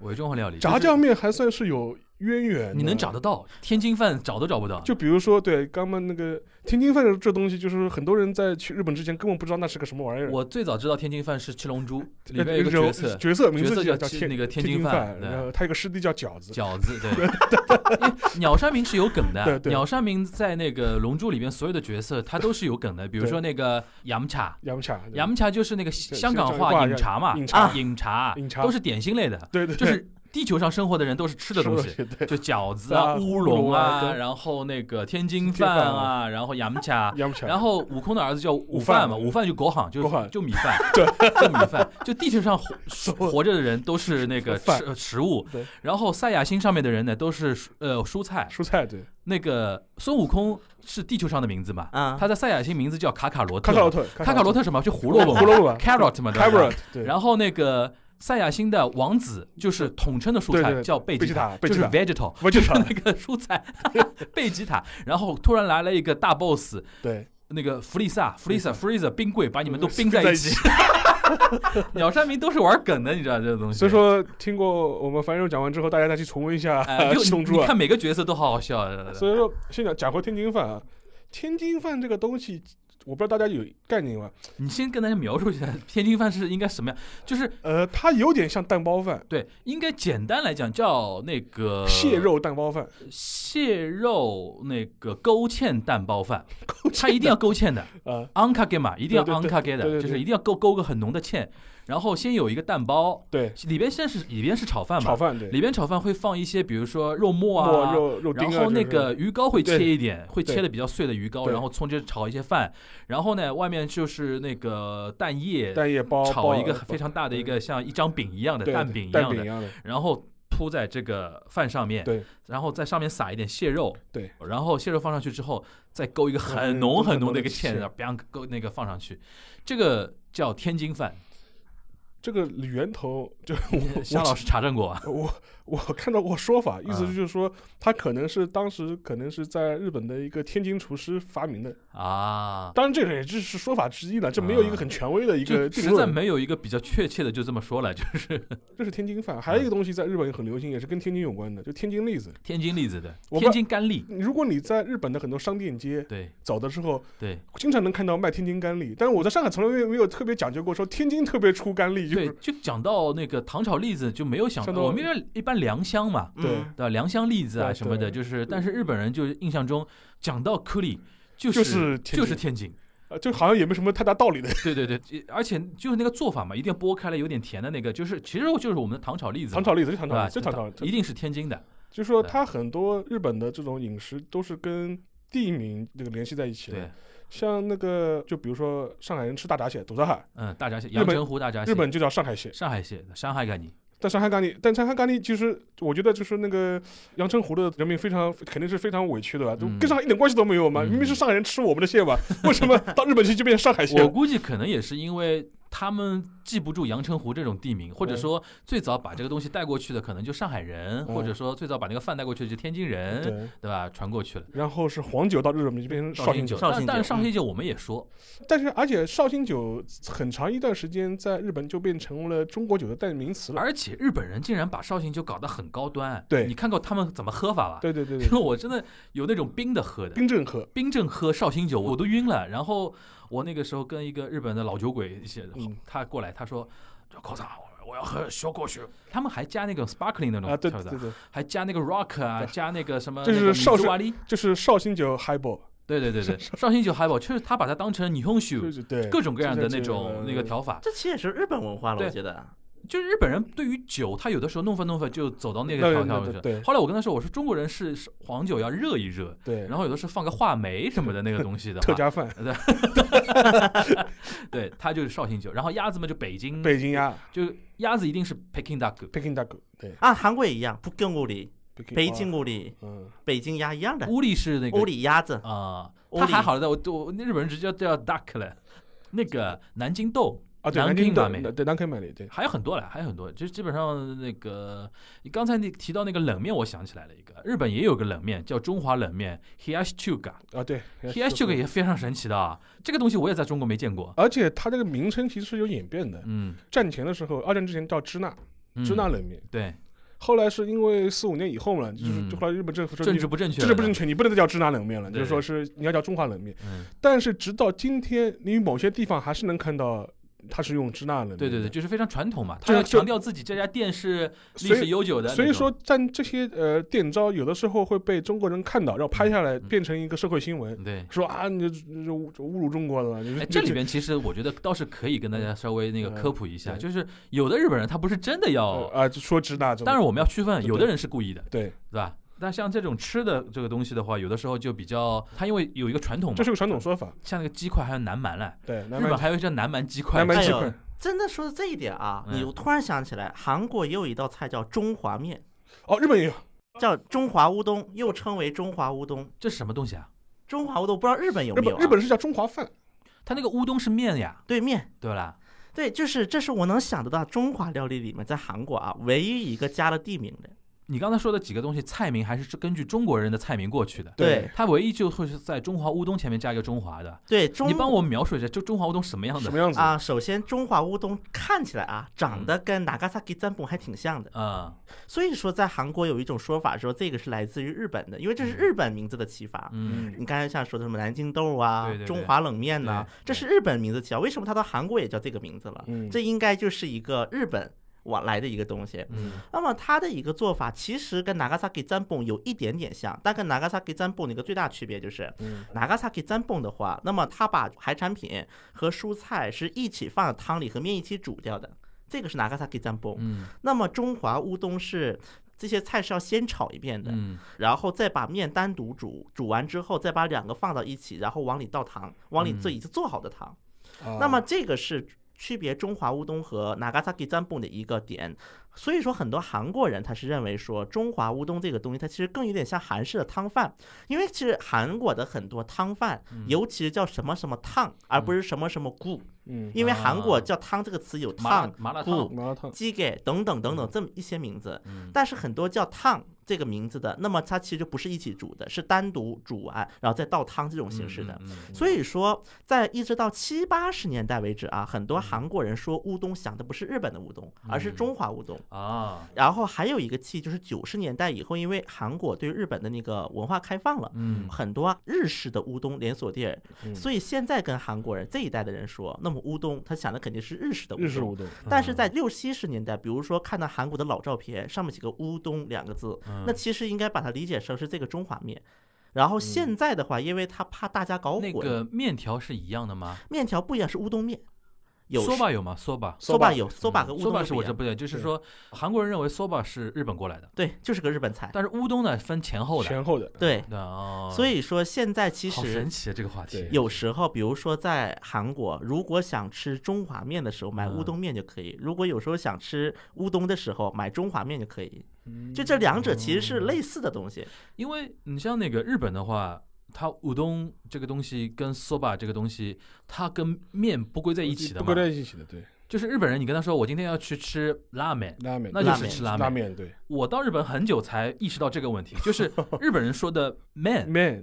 [SPEAKER 3] 伪中华料理，
[SPEAKER 4] 炸酱面还算是有渊源的，
[SPEAKER 3] 你能找得到，天津饭找都找不到。
[SPEAKER 4] 就比如说，对，刚刚那个天津饭这东西，就是很多人在去日本之前根本不知道那是个什么玩意儿。
[SPEAKER 3] 我最早知道天津饭是七 龙珠
[SPEAKER 4] 呃
[SPEAKER 3] 里面有一个角色，
[SPEAKER 4] 角色名
[SPEAKER 3] 角
[SPEAKER 4] 字
[SPEAKER 3] 色
[SPEAKER 4] 就
[SPEAKER 3] 叫
[SPEAKER 4] 叫
[SPEAKER 3] 天
[SPEAKER 4] 天
[SPEAKER 3] 那个
[SPEAKER 4] 天
[SPEAKER 3] 津
[SPEAKER 4] 津
[SPEAKER 3] 饭对
[SPEAKER 4] 然后他有个师弟叫饺子，
[SPEAKER 3] 饺子 对。因为鸟山明是有梗的
[SPEAKER 4] 对，对
[SPEAKER 3] 鸟山明在那个《龙珠》里面所有的角色他都是有梗的，比如说那个杨茶，
[SPEAKER 4] 杨茶，
[SPEAKER 3] 杨茶就是那个香港
[SPEAKER 4] 香港话
[SPEAKER 3] 话饮茶嘛，啊
[SPEAKER 4] 饮茶
[SPEAKER 3] 饮茶
[SPEAKER 4] 饮茶
[SPEAKER 3] 都是点心类的，
[SPEAKER 4] 对对
[SPEAKER 3] 就
[SPEAKER 4] 对，
[SPEAKER 3] 是地球上生活的人都是吃的东西，
[SPEAKER 4] 西， 对，
[SPEAKER 3] 就饺子
[SPEAKER 4] 啊
[SPEAKER 3] 啊、乌龙
[SPEAKER 4] 乌龙啊
[SPEAKER 3] 啊，
[SPEAKER 4] 对
[SPEAKER 3] 然后那个天津
[SPEAKER 4] 天
[SPEAKER 3] 饭
[SPEAKER 4] 饭
[SPEAKER 3] 啊，然后洋卡。
[SPEAKER 4] 养不起来。
[SPEAKER 3] 然后悟空的儿子叫午饭嘛，
[SPEAKER 4] 午饭
[SPEAKER 3] 午饭就狗喊，就
[SPEAKER 4] 狗喊
[SPEAKER 3] 就米 饭，对，就米饭，就地球上活活着的人都是那个
[SPEAKER 4] 饭
[SPEAKER 3] 吃呃食物
[SPEAKER 4] 对，
[SPEAKER 3] 然后赛亚星上面的人呢都是蔬呃蔬菜，
[SPEAKER 4] 蔬菜对，
[SPEAKER 3] 那个孙悟空是地球上的名字嘛，
[SPEAKER 2] 啊
[SPEAKER 3] 他在赛亚星名字叫卡卡罗特
[SPEAKER 4] 卡
[SPEAKER 3] 嘛，
[SPEAKER 4] 卡罗特，
[SPEAKER 3] 卡卡罗特什么？就胡萝卜嘛，
[SPEAKER 4] 胡萝卜嘛
[SPEAKER 3] carrot 嘛，对吧
[SPEAKER 4] carrot，对，
[SPEAKER 3] 然后那个赛亚星的王子就是统称的蔬
[SPEAKER 4] 对对
[SPEAKER 3] 菜，
[SPEAKER 4] 对
[SPEAKER 3] 叫贝
[SPEAKER 4] 贝
[SPEAKER 3] 吉
[SPEAKER 4] 吉
[SPEAKER 3] 塔
[SPEAKER 4] 塔，贝
[SPEAKER 3] 就
[SPEAKER 4] 吉
[SPEAKER 3] 是
[SPEAKER 4] 塔
[SPEAKER 3] vegetal，
[SPEAKER 4] 不就
[SPEAKER 3] 就是那个蔬菜 贝吉塔。然后突然来了一个大 boss，
[SPEAKER 4] 对，
[SPEAKER 3] 那个弗利萨、弗利萨、弗利萨冰柜把你们都冰
[SPEAKER 4] 嗯在
[SPEAKER 3] 在一
[SPEAKER 4] 一
[SPEAKER 3] 起。 鸟山明都是玩梗的，你知道这个东西。
[SPEAKER 4] 所以，说听过我们樊荣讲完之后，大家再去重温一下
[SPEAKER 3] 哎，
[SPEAKER 4] 《七
[SPEAKER 3] 就
[SPEAKER 4] 龙
[SPEAKER 3] 你
[SPEAKER 4] 珠》
[SPEAKER 3] 你
[SPEAKER 4] 啊。
[SPEAKER 3] 看每个角色都好好笑。
[SPEAKER 4] 所以说，先讲讲回天津饭啊，天津饭这个东西，我不知道大家有概念吗？
[SPEAKER 3] 你先跟大家描述一下天津饭是应该什么样，就是
[SPEAKER 4] 呃，它有点像蛋包饭，
[SPEAKER 3] 对，应该简单来讲叫那个
[SPEAKER 4] 蟹肉蛋包饭，
[SPEAKER 3] 蟹肉那个勾芡蛋包饭，它一定要勾芡的
[SPEAKER 4] 啊，
[SPEAKER 3] a n k a g e m a 一定要
[SPEAKER 4] 对
[SPEAKER 3] a n
[SPEAKER 4] 对对
[SPEAKER 3] k a g e
[SPEAKER 4] 对对
[SPEAKER 3] 的，就
[SPEAKER 4] 对
[SPEAKER 3] 是一定要勾勾个很浓的芡，然后先有一个蛋包，
[SPEAKER 4] 对，
[SPEAKER 3] 里边先是里边是炒饭嘛，
[SPEAKER 4] 炒饭对，
[SPEAKER 3] 里边炒饭会放一些，比如说肉末
[SPEAKER 4] 末
[SPEAKER 3] 啊，
[SPEAKER 4] 肉肉丁
[SPEAKER 3] 然
[SPEAKER 4] 啊，
[SPEAKER 3] 后那
[SPEAKER 4] 这种
[SPEAKER 3] 个鱼糕会切一点，会
[SPEAKER 4] 对
[SPEAKER 3] 切的比较碎的鱼糕，
[SPEAKER 4] 对
[SPEAKER 3] 然后葱汁炒一些饭，然后呢外面就是那个蛋液，
[SPEAKER 4] 蛋液包
[SPEAKER 3] 炒
[SPEAKER 4] 包
[SPEAKER 3] 一个
[SPEAKER 4] 包
[SPEAKER 3] 非常大的一个像一张饼一样的
[SPEAKER 4] 对
[SPEAKER 3] 蛋
[SPEAKER 4] 对
[SPEAKER 3] 饼一
[SPEAKER 4] 蛋
[SPEAKER 3] 样
[SPEAKER 4] 饼
[SPEAKER 3] 的
[SPEAKER 4] 一，样的，
[SPEAKER 3] 然后铺在这个饭上面，
[SPEAKER 4] 对，
[SPEAKER 3] 然后在上面撒一点蟹肉，
[SPEAKER 4] 对，
[SPEAKER 3] 然后蟹肉放上去之后，再勾一个很
[SPEAKER 4] 嗯
[SPEAKER 3] 浓
[SPEAKER 4] 勾
[SPEAKER 3] 很
[SPEAKER 4] 很
[SPEAKER 3] 浓
[SPEAKER 4] 浓
[SPEAKER 3] 的
[SPEAKER 4] 的
[SPEAKER 3] 一个
[SPEAKER 4] 一个
[SPEAKER 3] 芡，
[SPEAKER 4] 芡
[SPEAKER 3] 然后 bang 勾那个放上去，这个叫天津 饭。
[SPEAKER 4] 这个源头就是我
[SPEAKER 3] 夏老师查证 过啊，
[SPEAKER 4] 我我看到过说法，意思
[SPEAKER 3] 啊
[SPEAKER 4] 就是说，他可能是当时可能是在日本的一个天津厨师发明的，
[SPEAKER 3] 啊，
[SPEAKER 4] 当然这个也只是说法之一了，这没有一
[SPEAKER 3] 啊
[SPEAKER 4] 个很权威的一
[SPEAKER 3] 就
[SPEAKER 4] 个定
[SPEAKER 3] 实在
[SPEAKER 4] 论。
[SPEAKER 3] 没有一个比较确切的，就这么说了，就是
[SPEAKER 4] 这是天津饭，还有一个东西在日本很流行，也是跟天津有关的，就天津栗子。
[SPEAKER 3] 天津栗子的
[SPEAKER 4] 我
[SPEAKER 3] 天
[SPEAKER 4] 不
[SPEAKER 3] 津干栗，
[SPEAKER 4] 如果你在日本的很多商店街
[SPEAKER 3] 对
[SPEAKER 4] 走的时候，
[SPEAKER 3] 对
[SPEAKER 4] 经常能看到卖天津干栗，但是我在上海从来没有没有特别讲究过，说天津特别出干栗，就
[SPEAKER 3] 对
[SPEAKER 4] 是，
[SPEAKER 3] 就讲到那个糖炒栗子就没有想到，
[SPEAKER 4] 像那
[SPEAKER 3] 我
[SPEAKER 4] 种
[SPEAKER 3] 们一般凉香嘛，
[SPEAKER 4] 对
[SPEAKER 2] 嗯
[SPEAKER 3] 对吧？良乡栗子啊
[SPEAKER 4] 对
[SPEAKER 3] 什么的，就
[SPEAKER 4] 对
[SPEAKER 3] 是，但是日本人就是印象中讲到颗粒，就是
[SPEAKER 4] 就是天津
[SPEAKER 3] 就是天津，
[SPEAKER 4] 呃就好像也没什么太大道理的。
[SPEAKER 3] 对对对，而且就是那个做法嘛，一定要剥开了有点甜的那个，就是其实就是我们的糖炒栗子嘛，
[SPEAKER 4] 糖炒栗子就糖
[SPEAKER 3] 对啊吧？
[SPEAKER 4] 炒栗子，就糖炒栗子
[SPEAKER 3] 一，定是天津的，
[SPEAKER 4] 就是说
[SPEAKER 3] 对
[SPEAKER 4] 它很多日本的这种饮食都是跟地名这个联系在一起的
[SPEAKER 3] 对。，
[SPEAKER 4] 像那个，就比如说上海人吃大闸蟹、土闸海，
[SPEAKER 3] 嗯，大闸蟹、
[SPEAKER 4] 日
[SPEAKER 3] 阳
[SPEAKER 4] 本
[SPEAKER 3] 澄湖大闸蟹、
[SPEAKER 4] 日本就叫上海蟹。
[SPEAKER 3] 上海蟹、上海干你，
[SPEAKER 4] 但上海咖喱，但上海咖喱其实我觉得就是那个阳澄湖的人民非常肯定是非常委屈的吧，就
[SPEAKER 3] 嗯
[SPEAKER 4] 跟上海一点关系都没有嘛，
[SPEAKER 3] 嗯
[SPEAKER 4] 明明是上海人吃我们的蟹嘛，为什么到日本去就变成上海 蟹
[SPEAKER 3] 我
[SPEAKER 4] 了？
[SPEAKER 3] 估计可能也是因为。他们记不住阳澄湖这种地名，
[SPEAKER 4] 嗯
[SPEAKER 3] 或者说最早把这个东西带过去的可能就上海人，或者说最早把那个饭带过去的就天津人，
[SPEAKER 4] 嗯对，
[SPEAKER 3] 对吧？传过去了。
[SPEAKER 4] 然后是黄酒到日本就变成绍兴酒，嗯
[SPEAKER 2] 绍
[SPEAKER 3] 但
[SPEAKER 2] 兴
[SPEAKER 3] 但是
[SPEAKER 2] 酒
[SPEAKER 3] 绍兴酒我们也说，
[SPEAKER 4] 但是而且绍兴酒很长一段时间在日本就变成了中国酒的代名词了。
[SPEAKER 3] 而且日本人竟然把绍兴酒搞得很高端，
[SPEAKER 4] 对
[SPEAKER 3] 你看过他们怎么喝法吧？
[SPEAKER 4] 对对对
[SPEAKER 3] 因为
[SPEAKER 4] 对，
[SPEAKER 3] 我真的有那种冰的喝的，
[SPEAKER 4] 冰镇喝，
[SPEAKER 3] 冰镇喝绍兴酒我都晕了。然后我那个时候跟一个日本的老酒鬼一起
[SPEAKER 4] 嗯，
[SPEAKER 3] 他过来他说，口长。我要喝小果酒，他们还加那个 sparkling 那种
[SPEAKER 4] 啊，对
[SPEAKER 3] 调
[SPEAKER 4] 对
[SPEAKER 3] 的
[SPEAKER 4] 对对，
[SPEAKER 3] 还加那个 rock 啊，
[SPEAKER 4] 对
[SPEAKER 3] 加那个什么，
[SPEAKER 4] 就是绍兴
[SPEAKER 3] 瓦 力，
[SPEAKER 4] 就是绍兴酒 highball，
[SPEAKER 3] 对对对对，绍兴酒还宝，确实他把它当成霓虹
[SPEAKER 4] 就
[SPEAKER 3] 酒，
[SPEAKER 4] 是对
[SPEAKER 3] 各种各样的
[SPEAKER 4] 就
[SPEAKER 3] 那
[SPEAKER 4] 是
[SPEAKER 3] 种那个调法。
[SPEAKER 2] 这其实也是日本文化了，
[SPEAKER 3] 对
[SPEAKER 2] 我觉得。
[SPEAKER 3] 就是日本人对于酒，他有的时候弄翻弄翻就走到那个
[SPEAKER 4] 那
[SPEAKER 3] 条
[SPEAKER 4] 那
[SPEAKER 3] 条
[SPEAKER 4] 那
[SPEAKER 3] 去了。
[SPEAKER 4] 对
[SPEAKER 3] 后来我跟他说，我说中国人是是黄酒要热一热，
[SPEAKER 4] 对，
[SPEAKER 3] 然后有的是放个话梅什么的那个东西的话，
[SPEAKER 4] 特加饭，
[SPEAKER 3] 对，他就是绍兴酒。然后鸭子嘛就北京，
[SPEAKER 4] 北京鸭
[SPEAKER 3] 就鸭子一定是 Peking duck，
[SPEAKER 4] Peking duck，对，
[SPEAKER 2] 啊，韩国也一样，不跟屋里，北京
[SPEAKER 4] 哦
[SPEAKER 2] 屋里，
[SPEAKER 4] 嗯，
[SPEAKER 2] 北京鸭一样的，
[SPEAKER 3] 乌力是那个
[SPEAKER 2] 屋里鸭子
[SPEAKER 3] 啊，
[SPEAKER 2] 乌
[SPEAKER 3] 他
[SPEAKER 2] 里
[SPEAKER 3] 还好的，我我那日本人直接叫 duck 了。那个南京豆
[SPEAKER 4] 啊，对，
[SPEAKER 3] 南
[SPEAKER 4] 南
[SPEAKER 3] 京
[SPEAKER 4] 京
[SPEAKER 3] 版
[SPEAKER 4] 的
[SPEAKER 3] 美
[SPEAKER 4] 那对南京版美，对，
[SPEAKER 3] 还有很多了，还有很多，就基本上那个你刚才你提到那个冷面，我想起来了一个，日本也有个冷面叫中华冷面 hiyashi-chuka，
[SPEAKER 4] 啊，对
[SPEAKER 3] T H 这个也非常神奇的啊，这个东西我也在中国没见过。
[SPEAKER 4] 而且它这个名称其实是有演变的。
[SPEAKER 3] 嗯，
[SPEAKER 4] 战前的时候，二战之前叫支那，
[SPEAKER 3] 嗯
[SPEAKER 4] 支那冷面。
[SPEAKER 3] 对
[SPEAKER 4] 后来是因为四五年以后嘛，就是
[SPEAKER 3] 嗯
[SPEAKER 4] 就后来日本政府说
[SPEAKER 3] 政
[SPEAKER 4] 你
[SPEAKER 3] 治不正确，
[SPEAKER 4] 政治不正。确，你不能再叫支那冷面了，
[SPEAKER 3] 对
[SPEAKER 4] 就是说是你要叫中华冷面。
[SPEAKER 3] 嗯，
[SPEAKER 4] 但是直到今天，你某些地方还是能看到它是用支那冷面
[SPEAKER 3] 对对对，
[SPEAKER 4] 的
[SPEAKER 3] 就是非常传统嘛，
[SPEAKER 4] 就
[SPEAKER 3] 他要
[SPEAKER 4] 啊就
[SPEAKER 3] 强调自己这家店是历
[SPEAKER 4] 所
[SPEAKER 3] 史
[SPEAKER 4] 以
[SPEAKER 3] 悠久的那种。
[SPEAKER 4] 所以说，但这些呃店招有的时候会被中国人看到，然后拍下来
[SPEAKER 3] 嗯
[SPEAKER 4] 变成一个社会新闻，
[SPEAKER 3] 对，
[SPEAKER 4] 说啊，你这这侮侮辱中国了，你
[SPEAKER 3] 哎，
[SPEAKER 4] 你
[SPEAKER 3] 这里边其实我觉得倒是可以跟大家稍微那个
[SPEAKER 4] 嗯
[SPEAKER 3] 科普一下，
[SPEAKER 4] 对
[SPEAKER 3] 就是有的日本人他不是真的
[SPEAKER 4] 呃
[SPEAKER 3] 要，
[SPEAKER 4] 啊，就说支那这种，
[SPEAKER 3] 当然我们要区分，
[SPEAKER 4] 对
[SPEAKER 3] 有的人是故意的，
[SPEAKER 4] 对，
[SPEAKER 2] 嗯
[SPEAKER 3] 对吧？但像这种吃的这个东西的话，有的时候就比较，它因为有一个传统嘛，
[SPEAKER 4] 这是个传统说法，
[SPEAKER 3] 像那个鸡块还有南蛮嘞，
[SPEAKER 4] 对，南
[SPEAKER 3] 日本
[SPEAKER 4] 蛮
[SPEAKER 3] 还有一叫南蛮鸡块
[SPEAKER 4] 南，蛮
[SPEAKER 2] 哎
[SPEAKER 4] 鸡
[SPEAKER 2] 呦
[SPEAKER 4] 块，
[SPEAKER 2] 真的说到这一点啊，
[SPEAKER 3] 嗯
[SPEAKER 2] 你我突然想起来，韩国也有一道菜叫中华面，
[SPEAKER 4] 哦，日本也有，
[SPEAKER 2] 叫中华乌冬，又称为中华乌冬。
[SPEAKER 3] 这是什么东西啊？
[SPEAKER 2] 中华乌冬不知道日本有
[SPEAKER 4] 日
[SPEAKER 2] 没有、
[SPEAKER 4] 本
[SPEAKER 2] 啊？
[SPEAKER 4] 日本是叫中华饭，
[SPEAKER 3] 它那个乌冬是面呀，
[SPEAKER 2] 对面
[SPEAKER 3] 对吧啦？
[SPEAKER 2] 对，就是这是我能想得到中华料理里面在韩国啊唯一一个加了地名的。
[SPEAKER 3] 你刚才说的几个东西，菜名还是根据中国人的菜名过去的。
[SPEAKER 2] 对
[SPEAKER 3] 它唯一就会是在中华乌冬前面加一个中华的。
[SPEAKER 2] 对，中
[SPEAKER 3] 你帮我描述一下，就中华乌冬什么样
[SPEAKER 4] 什
[SPEAKER 3] 的
[SPEAKER 4] 么？样子？
[SPEAKER 2] 啊，首先中华乌冬看起来啊，长
[SPEAKER 3] 嗯
[SPEAKER 2] 得跟 Nagasaki 占卜还挺像的，
[SPEAKER 3] 啊，
[SPEAKER 2] 所以说在韩国有一种说法说这个是来自于日本的，因为这是
[SPEAKER 3] 嗯
[SPEAKER 2] 日本名字的启发。啊
[SPEAKER 3] 嗯，
[SPEAKER 2] 你刚才像说的什么南京豆啊、
[SPEAKER 3] 对对对
[SPEAKER 2] 中华冷面呐、
[SPEAKER 3] 对
[SPEAKER 2] 这是日本名字起啊，为什么它到韩国也叫这个名字了？
[SPEAKER 4] 嗯
[SPEAKER 2] 这应该就是一个日本往来的一个东西。
[SPEAKER 3] 嗯
[SPEAKER 2] 那么它的一个做法其实跟 Nagasaki 占卜有一点点像，但跟 Nagasaki 占卜的一个最大区别就是
[SPEAKER 4] 嗯
[SPEAKER 2] ，Nagasaki 占卜的话，那么它把海产品和蔬菜是一起放在汤里和面一起煮掉的，这个是 Nagasaki 占卜。
[SPEAKER 3] 嗯
[SPEAKER 2] 那么中华乌冬是这些菜是要先炒一遍的，
[SPEAKER 3] 嗯，
[SPEAKER 2] 然后再把面单独煮，煮完之后再把两个放到一起，然后往里倒糖，往里
[SPEAKER 3] 嗯
[SPEAKER 2] 这已经做好的糖。嗯
[SPEAKER 4] 啊
[SPEAKER 2] 那么这个是区别中华乌冬和 Nagasaki 占卜的一个点。所以说，很多韩国人他是认为说中华乌冬这个东西，它其实更有点像韩式的汤饭，因为其实韩国的很多汤饭，
[SPEAKER 3] 嗯
[SPEAKER 2] 尤其是叫什么什么烫，而不是什么什么菇，
[SPEAKER 4] 嗯，
[SPEAKER 2] 因为韩国
[SPEAKER 3] 啊
[SPEAKER 2] 叫汤这个词有
[SPEAKER 3] 麻
[SPEAKER 2] 烫
[SPEAKER 3] 辣、麻辣
[SPEAKER 2] 不
[SPEAKER 3] 烫，
[SPEAKER 4] 麻辣烫，
[SPEAKER 2] 鸡给等等等等这么一些名字
[SPEAKER 3] 嗯，
[SPEAKER 2] 但是很多叫烫这个名字的，那么它其实就不是一起煮的，是单独煮完然后再倒汤这种形式的。
[SPEAKER 3] 嗯，嗯嗯
[SPEAKER 2] 所以说，在一直到七八十年代为止啊，很多韩国人说乌冬想的不是日本的乌冬，而
[SPEAKER 3] 嗯
[SPEAKER 2] 是中华乌冬。
[SPEAKER 3] 啊，
[SPEAKER 2] 然后还有一个气就是九十年代以后，因为韩国对日本的那个文化开放了，
[SPEAKER 3] 嗯
[SPEAKER 2] 很多啊日式的乌冬连锁店，
[SPEAKER 4] 嗯
[SPEAKER 2] 所以现在跟韩国人这一代的人说，那么乌冬他想的肯定是日式的乌冬。
[SPEAKER 4] 日式乌冬，
[SPEAKER 2] 但
[SPEAKER 3] 嗯
[SPEAKER 2] 是在六七十年代，比如说看到韩国的老照片，上面写个乌冬两个字，
[SPEAKER 3] 嗯
[SPEAKER 2] 那其实应该把它理解成是这个中华面。然后现在的话，因为他怕大家搞混，
[SPEAKER 3] 嗯那个面条是一样的吗？
[SPEAKER 2] 面条不一样是乌冬面，有
[SPEAKER 3] 说吧有吗？说吧，
[SPEAKER 2] 说吧
[SPEAKER 4] soba
[SPEAKER 2] 有说吧和乌
[SPEAKER 3] 说
[SPEAKER 2] 冬
[SPEAKER 3] 吧
[SPEAKER 2] 面
[SPEAKER 3] 嗯是
[SPEAKER 2] 不
[SPEAKER 3] 我
[SPEAKER 2] 一
[SPEAKER 3] 这
[SPEAKER 2] 样，
[SPEAKER 3] 不对，就是
[SPEAKER 4] 对
[SPEAKER 3] 说韩国人认为说吧是日本过来的，
[SPEAKER 2] 对，就是个日本菜，
[SPEAKER 3] 但是乌冬呢分前后的，
[SPEAKER 4] 前后的，
[SPEAKER 2] 对。
[SPEAKER 3] 对哦，
[SPEAKER 2] 所以说现在其
[SPEAKER 3] 好
[SPEAKER 2] 实
[SPEAKER 3] 神奇啊这个话题
[SPEAKER 4] 对，
[SPEAKER 2] 有时候，比如说在韩国，如果想吃中华面的时候买乌
[SPEAKER 3] 嗯
[SPEAKER 2] 冬面就可以；如果有时候想吃乌冬的时候买中华面就可以。嗯就这两者其实是
[SPEAKER 3] 嗯
[SPEAKER 2] 类似的东西。
[SPEAKER 3] 因为你像那个日本的话。它乌冬这个东西跟 soba 这个东西，它跟面不归在一起的
[SPEAKER 4] 不
[SPEAKER 3] 嘛
[SPEAKER 4] 归。在一起的，对，
[SPEAKER 3] 就是日本人，你跟他说我今天要去吃拉面，
[SPEAKER 4] 拉面，
[SPEAKER 3] 那
[SPEAKER 2] 就
[SPEAKER 4] 对
[SPEAKER 2] 是
[SPEAKER 3] 吃拉
[SPEAKER 4] 拉
[SPEAKER 3] 面
[SPEAKER 4] 面，对
[SPEAKER 3] 我到日本很久才意识到这个问题，就是日本人说 的 man
[SPEAKER 4] 面，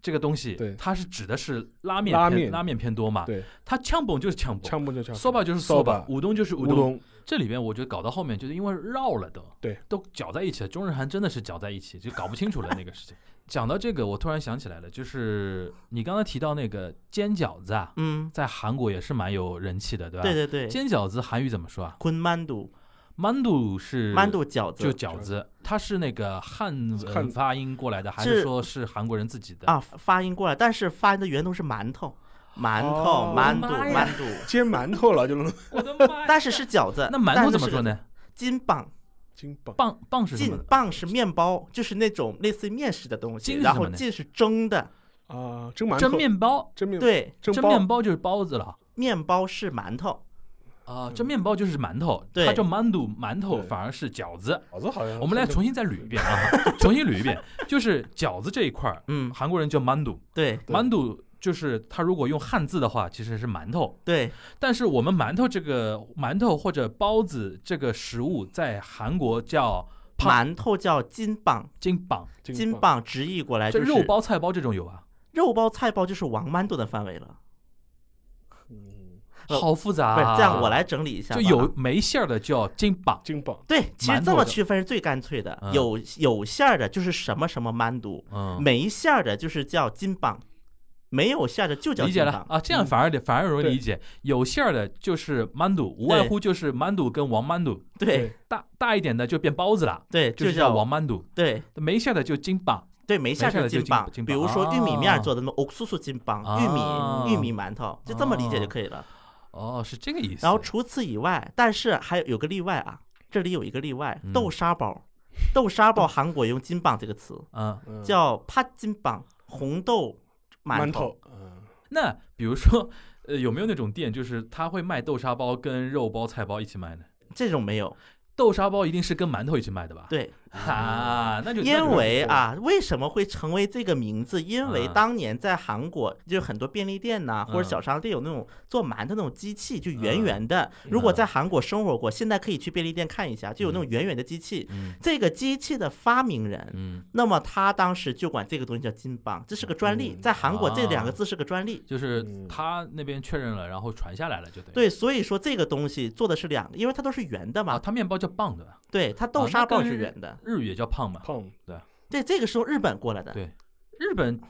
[SPEAKER 3] 这个东西，
[SPEAKER 4] 对
[SPEAKER 3] 它是指的是拉面
[SPEAKER 4] 拉
[SPEAKER 3] 偏
[SPEAKER 4] 面
[SPEAKER 3] 拉面偏多
[SPEAKER 2] 啊
[SPEAKER 3] 嘛？
[SPEAKER 4] 对，
[SPEAKER 3] 它呛崩就是呛崩
[SPEAKER 4] 枪不就枪
[SPEAKER 3] ，soba 就是
[SPEAKER 4] soba，
[SPEAKER 3] 乌冬就是乌
[SPEAKER 4] 乌
[SPEAKER 3] 冬。
[SPEAKER 4] 冬，
[SPEAKER 3] 这里边我觉得搞到后面就是因为绕了都，
[SPEAKER 4] 对，
[SPEAKER 3] 都搅在一起了。中日韩真的是搅在一起，就搞不清楚了那个事情。讲到这个，我突然想起来了，就是你刚才提到那个煎饺子啊，
[SPEAKER 2] 嗯，
[SPEAKER 3] 在韩国也是蛮有人气的，对啊吧？
[SPEAKER 2] 对对对，
[SPEAKER 3] 煎饺子韩语怎么说啊？
[SPEAKER 2] 昆曼度，
[SPEAKER 3] 만두是
[SPEAKER 2] 曼度饺
[SPEAKER 3] 嗯就
[SPEAKER 2] 子
[SPEAKER 3] 饺子，它是那个汉文
[SPEAKER 4] 汉
[SPEAKER 3] 发音过来的，还
[SPEAKER 2] 是
[SPEAKER 3] 是说是韩国人自己的？
[SPEAKER 2] 啊，发音过来，但是发音的源头是馒头，馒头，
[SPEAKER 4] 哦
[SPEAKER 2] 馒
[SPEAKER 3] 我
[SPEAKER 2] 头，
[SPEAKER 3] 的妈呀
[SPEAKER 2] 馒头，
[SPEAKER 4] 煎馒头了就能
[SPEAKER 3] 我的妈呀！
[SPEAKER 2] 但是是饺子。
[SPEAKER 3] 那馒头怎么
[SPEAKER 2] 但是是？
[SPEAKER 3] 说呢？
[SPEAKER 2] 金棒，
[SPEAKER 4] 金棒，
[SPEAKER 3] 棒棒是什么
[SPEAKER 2] 金
[SPEAKER 3] 呢？
[SPEAKER 2] 棒是面包，就是那种类似于面食的东
[SPEAKER 3] 金
[SPEAKER 2] 西，
[SPEAKER 3] 是什
[SPEAKER 2] 然
[SPEAKER 3] 么
[SPEAKER 2] 后
[SPEAKER 3] 呢
[SPEAKER 2] 进是蒸的，
[SPEAKER 4] 啊，蒸馒头，
[SPEAKER 3] 蒸面包，
[SPEAKER 4] 蒸面，
[SPEAKER 2] 对，
[SPEAKER 4] 蒸
[SPEAKER 3] 蒸
[SPEAKER 4] 包
[SPEAKER 3] 面包就是包子了。
[SPEAKER 2] 面包是馒头，
[SPEAKER 3] 啊，蒸面包就是馒头，
[SPEAKER 2] 嗯对
[SPEAKER 3] 它叫馒头，馒头
[SPEAKER 4] 对
[SPEAKER 3] 反而是饺子。
[SPEAKER 4] 饺子好像
[SPEAKER 3] 我们来重新再捋一遍啊， 重新捋一遍，就是饺子这一块儿，
[SPEAKER 2] 嗯，
[SPEAKER 3] 韩国人叫馒头，
[SPEAKER 2] 对
[SPEAKER 4] 对
[SPEAKER 3] 馒头就是它如果用汉字的话，其实是馒头。
[SPEAKER 2] 对，
[SPEAKER 3] 但是我们馒头这个馒头或者包子这个食物，在韩国叫胖
[SPEAKER 2] 馒头叫金棒，
[SPEAKER 3] 金榜，
[SPEAKER 2] 金
[SPEAKER 4] 棒，
[SPEAKER 2] 棒直译过来
[SPEAKER 3] 这
[SPEAKER 2] 哎就是
[SPEAKER 3] 肉包、菜包这种有啊，
[SPEAKER 2] 肉包、菜包就是王馒头的范围了。
[SPEAKER 4] 嗯
[SPEAKER 2] 呃
[SPEAKER 3] 好复杂、
[SPEAKER 2] 不是
[SPEAKER 3] 啊。
[SPEAKER 2] 这样，我来整理一下
[SPEAKER 3] 就
[SPEAKER 2] 吧。
[SPEAKER 3] 有没馅儿的叫金榜，
[SPEAKER 4] 金棒，
[SPEAKER 2] 对，其
[SPEAKER 3] 馒
[SPEAKER 2] 实
[SPEAKER 3] 头
[SPEAKER 2] 这么
[SPEAKER 3] 的
[SPEAKER 2] 区分是最干脆的
[SPEAKER 3] 嗯。
[SPEAKER 2] 有有馅儿的，就是什么什么馒肚；
[SPEAKER 3] 嗯，
[SPEAKER 2] 没馅儿的，就是叫金棒。没有下着就叫
[SPEAKER 3] 理解
[SPEAKER 2] 清
[SPEAKER 3] 了
[SPEAKER 2] 汤
[SPEAKER 3] 啊，这样
[SPEAKER 2] 嗯
[SPEAKER 3] 反而得反而容易
[SPEAKER 4] 对
[SPEAKER 3] 理解。有馅儿的就是馒肚，无外乎就是馒肚跟王馒肚，
[SPEAKER 2] 对
[SPEAKER 3] 大大一点的就变包子了，
[SPEAKER 2] 对，
[SPEAKER 3] 就是
[SPEAKER 2] 叫
[SPEAKER 3] 叫王馒肚；
[SPEAKER 2] 对
[SPEAKER 3] 没馅儿的就金棒。
[SPEAKER 2] 对，没下
[SPEAKER 3] 没下
[SPEAKER 2] 着
[SPEAKER 3] 着就
[SPEAKER 2] 金
[SPEAKER 3] 金
[SPEAKER 2] 棒
[SPEAKER 3] 金，
[SPEAKER 2] 比
[SPEAKER 3] 棒
[SPEAKER 2] 如说玉米面
[SPEAKER 3] 啊
[SPEAKER 2] 做的什么欧苏苏金棒、
[SPEAKER 3] 啊
[SPEAKER 2] 玉米玉米馒头，就这么理解就可以了。
[SPEAKER 3] 哦，是这个意思。
[SPEAKER 2] 然后除此以外，但是还有有个例外啊，这里有一个例外，
[SPEAKER 3] 嗯
[SPEAKER 2] 豆沙包，豆沙包韩国用“金棒”这个词，
[SPEAKER 3] 嗯，
[SPEAKER 4] 嗯
[SPEAKER 2] 叫帕金棒，红豆馒
[SPEAKER 4] 馒
[SPEAKER 2] 头。，
[SPEAKER 4] 嗯，
[SPEAKER 3] 那比如说，呃，有没有那种店，就是他会卖豆沙包跟肉包、菜包一起卖呢？
[SPEAKER 2] 这种没有，
[SPEAKER 3] 豆沙包一定是跟馒头一起卖的吧？
[SPEAKER 2] 对，
[SPEAKER 3] 啊，那就那就
[SPEAKER 2] 因为啊，为什么会成为这个名字？因为
[SPEAKER 3] 嗯
[SPEAKER 2] 当年在韩国，就很多便利店呐、或者
[SPEAKER 3] 嗯
[SPEAKER 2] 小商店有那种做馒头那种机器，就圆圆的。如果
[SPEAKER 3] 嗯
[SPEAKER 2] 在韩国生活过，现在可以去便利店看一下，就有那种圆圆的机器。
[SPEAKER 3] 嗯
[SPEAKER 2] 这个机器的发明人，
[SPEAKER 3] 嗯，
[SPEAKER 2] 那么他当时就管这个东西叫金棒，这是个专利，
[SPEAKER 4] 嗯
[SPEAKER 2] 在韩国这两个
[SPEAKER 3] 啊
[SPEAKER 2] 字是个专利。
[SPEAKER 3] 就是
[SPEAKER 4] 嗯
[SPEAKER 3] 他那边确认了，然后传下来了，就对。
[SPEAKER 2] 对，所以说这个东西做的是两个，因为它都是圆的
[SPEAKER 3] 啊，
[SPEAKER 2] 嘛。
[SPEAKER 3] 他面包叫棒的，
[SPEAKER 2] 对，它
[SPEAKER 3] 啊
[SPEAKER 2] 豆
[SPEAKER 3] 那
[SPEAKER 2] 沙包
[SPEAKER 3] 跟
[SPEAKER 2] 是圆的。
[SPEAKER 3] 日语也叫胖嘛。
[SPEAKER 4] 胖，
[SPEAKER 2] 对，这个是从日本过来的。
[SPEAKER 3] 对日本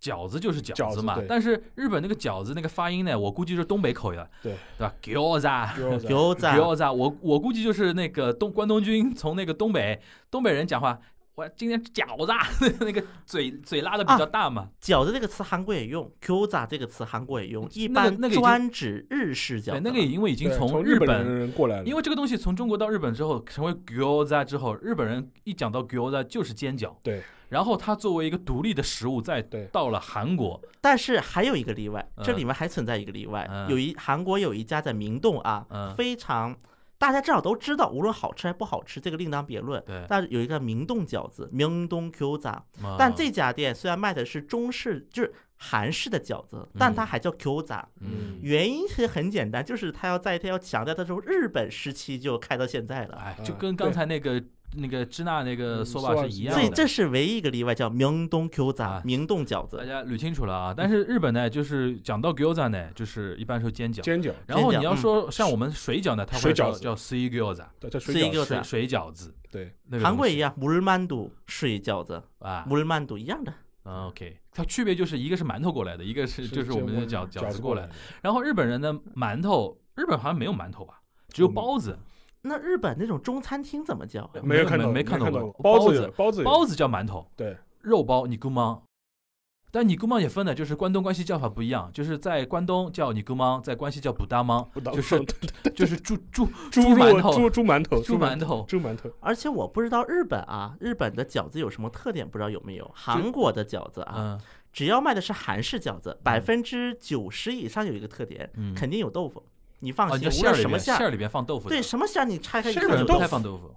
[SPEAKER 3] 饺子就是饺
[SPEAKER 4] 饺
[SPEAKER 3] 子
[SPEAKER 4] 子
[SPEAKER 3] 嘛，
[SPEAKER 4] 对
[SPEAKER 3] 但是日本那个饺子那个发音呢，我估计是东北口音了，
[SPEAKER 4] 对
[SPEAKER 3] 对吧？gyoza。
[SPEAKER 4] 有
[SPEAKER 2] 有在
[SPEAKER 3] gyoza，我我估计就是那个东关东军从那个东北东北人讲话，我今天饺子 那个嘴嘴拉的比
[SPEAKER 2] 啊
[SPEAKER 3] 较大嘛，
[SPEAKER 2] 饺子这个词韩国也用，gyoza 这个词韩国也用，一
[SPEAKER 3] 那个
[SPEAKER 2] 般
[SPEAKER 3] 那个已经
[SPEAKER 2] 专指日式饺
[SPEAKER 3] 对，
[SPEAKER 2] 子。啊
[SPEAKER 3] 那个也因为已经
[SPEAKER 4] 对从
[SPEAKER 3] 日
[SPEAKER 4] 本的人过来了，
[SPEAKER 3] 因为这个东西从中国到日本之后，成为 gyoza 之后，日本人一讲到 gyoza 就是煎饺。
[SPEAKER 4] 对。
[SPEAKER 3] 然后它作为一个独立的食物，再
[SPEAKER 4] 对
[SPEAKER 3] 到了韩国，
[SPEAKER 2] 但是还有一个例外，这
[SPEAKER 3] 嗯
[SPEAKER 2] 里面还存在一个例外，
[SPEAKER 3] 嗯
[SPEAKER 2] 有一韩国有一家在明洞啊，
[SPEAKER 3] 嗯
[SPEAKER 2] 非常大家至少都知道，无论好吃还不好吃，这个另当别论。
[SPEAKER 3] 对。
[SPEAKER 2] 但有一个明洞饺子，明洞 Q 杂，
[SPEAKER 3] 啊
[SPEAKER 2] 但这家店虽然卖的是中式，就是韩式的饺子，但它还叫 Q 杂。
[SPEAKER 3] 嗯，
[SPEAKER 2] 原因其实很简单，就是它要在它要强调它从日本时期就开到现在了，
[SPEAKER 3] 哎，就
[SPEAKER 4] 啊
[SPEAKER 3] 跟刚
[SPEAKER 4] 对
[SPEAKER 3] 才那个那个支那那个
[SPEAKER 4] 嗯
[SPEAKER 3] 说
[SPEAKER 4] 说
[SPEAKER 3] 法
[SPEAKER 4] 法
[SPEAKER 3] 是
[SPEAKER 4] 是
[SPEAKER 3] 一
[SPEAKER 4] 一
[SPEAKER 3] 样
[SPEAKER 2] 所以
[SPEAKER 3] 的。
[SPEAKER 2] 这是唯一一个例外，叫明洞 Q 杂
[SPEAKER 3] 哎，
[SPEAKER 2] 明洞饺
[SPEAKER 3] 大
[SPEAKER 2] 子。
[SPEAKER 3] 家捋清楚了啊！但是日本呢，就是讲到 gyoza 呢，就是一般说煎饺。
[SPEAKER 4] 煎饺，
[SPEAKER 3] 然后
[SPEAKER 2] 煎
[SPEAKER 3] 你
[SPEAKER 2] 饺
[SPEAKER 3] 要
[SPEAKER 2] 嗯
[SPEAKER 3] 说像我们水饺呢，它会
[SPEAKER 4] 水
[SPEAKER 3] 叫
[SPEAKER 4] 饺子
[SPEAKER 3] 叫 sea gyoza，
[SPEAKER 4] 对叫
[SPEAKER 2] 是
[SPEAKER 4] 水
[SPEAKER 2] 一
[SPEAKER 4] 饺，
[SPEAKER 2] 个 gyoza
[SPEAKER 3] 水水饺子。
[SPEAKER 4] 对，
[SPEAKER 3] 那个
[SPEAKER 2] 韩国
[SPEAKER 3] 东西
[SPEAKER 2] 一样，물만두水饺子，
[SPEAKER 3] 啊，
[SPEAKER 2] 물만두一样的。
[SPEAKER 3] 嗯，OK，它区别就是一个是馒头过来的，一个是就是我们的饺
[SPEAKER 4] 饺
[SPEAKER 3] 子
[SPEAKER 4] 过
[SPEAKER 3] 过来的。，然后日本人的馒头，日本好像没有馒头吧，只有
[SPEAKER 4] 嗯
[SPEAKER 3] 包子，
[SPEAKER 2] 那日本那种中餐厅怎么叫啊？
[SPEAKER 3] 没
[SPEAKER 4] 没有看
[SPEAKER 3] 没
[SPEAKER 4] 到，
[SPEAKER 3] 没看
[SPEAKER 4] 看
[SPEAKER 3] 到
[SPEAKER 4] 到
[SPEAKER 3] 过包
[SPEAKER 4] 包
[SPEAKER 3] 子
[SPEAKER 4] 有包子有
[SPEAKER 3] 包子叫馒头，
[SPEAKER 4] 对，
[SPEAKER 3] 肉包你姑妈。但你姑妈也分的，就是关东关西叫法不一样，就是在关东叫你姑妈，在关西叫补大妈，
[SPEAKER 4] 不到
[SPEAKER 3] 就是就是猪猪
[SPEAKER 4] 猪
[SPEAKER 3] 馒
[SPEAKER 4] 肉
[SPEAKER 3] 头
[SPEAKER 4] 猪猪馒头
[SPEAKER 3] 猪馒头。
[SPEAKER 4] 猪馒头，
[SPEAKER 2] 而且我不知道日本啊，日本的饺子有什么特点，不知道有没有？韩国的饺子啊，
[SPEAKER 3] 嗯
[SPEAKER 2] 只要卖的是韩式饺子，百分之九十以上有一个特点，
[SPEAKER 3] 嗯，
[SPEAKER 2] 肯定有豆腐。你放
[SPEAKER 3] 哦，你
[SPEAKER 2] 心，无
[SPEAKER 3] 叫馅儿
[SPEAKER 2] 论
[SPEAKER 3] 里
[SPEAKER 2] 什么
[SPEAKER 3] 边
[SPEAKER 2] 馅
[SPEAKER 3] 馅
[SPEAKER 2] 儿，
[SPEAKER 3] 儿里边放豆腐的，
[SPEAKER 2] 对什么馅儿，你拆开一
[SPEAKER 4] 是
[SPEAKER 2] 看
[SPEAKER 3] 日本人
[SPEAKER 2] 就
[SPEAKER 3] 不
[SPEAKER 2] 豆
[SPEAKER 3] 太
[SPEAKER 2] 腐。
[SPEAKER 3] 放豆腐，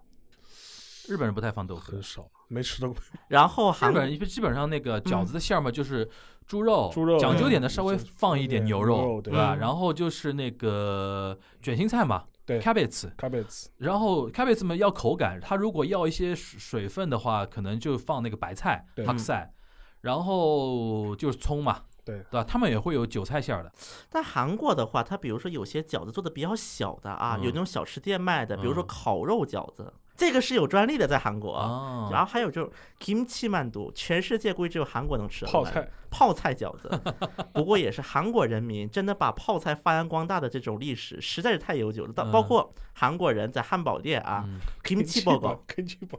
[SPEAKER 3] 日本人不太放豆腐
[SPEAKER 4] 很，少没吃到过，
[SPEAKER 2] 然后
[SPEAKER 3] 日
[SPEAKER 2] 韩
[SPEAKER 3] 本人基本上那个饺子的馅儿嘛，就是猪肉，
[SPEAKER 4] 猪肉
[SPEAKER 3] 讲究点的
[SPEAKER 4] 嗯
[SPEAKER 3] 稍微
[SPEAKER 4] 就是
[SPEAKER 3] 放一点
[SPEAKER 4] 放一点
[SPEAKER 3] 牛
[SPEAKER 4] 牛肉
[SPEAKER 3] 对
[SPEAKER 4] 对
[SPEAKER 3] 吧？
[SPEAKER 2] 嗯
[SPEAKER 3] 然后就是那个卷心菜嘛，
[SPEAKER 4] 对
[SPEAKER 3] cabbage，
[SPEAKER 4] cabbage，
[SPEAKER 3] 然后 cabbage 嘛要口感，它如果要一些水水分的话，可能就放那个白菜
[SPEAKER 4] 对
[SPEAKER 3] h 菜，然后就是葱嘛，
[SPEAKER 4] 对
[SPEAKER 3] 吧？他们也会有韭菜馅儿的，
[SPEAKER 2] 但韩国的话，它比如说有些饺子做的比较小的啊，
[SPEAKER 3] 嗯
[SPEAKER 2] 有那种小吃店卖的，比如说
[SPEAKER 3] 嗯
[SPEAKER 2] 烤肉饺子，这个是有专利的，在韩国。
[SPEAKER 3] 哦
[SPEAKER 2] 然后还有就是 kimchi 曼都，全世界估计只有韩国能吃。
[SPEAKER 4] 泡菜，
[SPEAKER 2] 泡菜饺 子，不过也是韩国人民真的把泡菜发扬光大的这种历史实在是太悠久了。到包
[SPEAKER 3] 嗯
[SPEAKER 2] 括韩国人在汉堡店啊
[SPEAKER 3] 嗯
[SPEAKER 2] ，kimchi b u r g e
[SPEAKER 4] 根基包，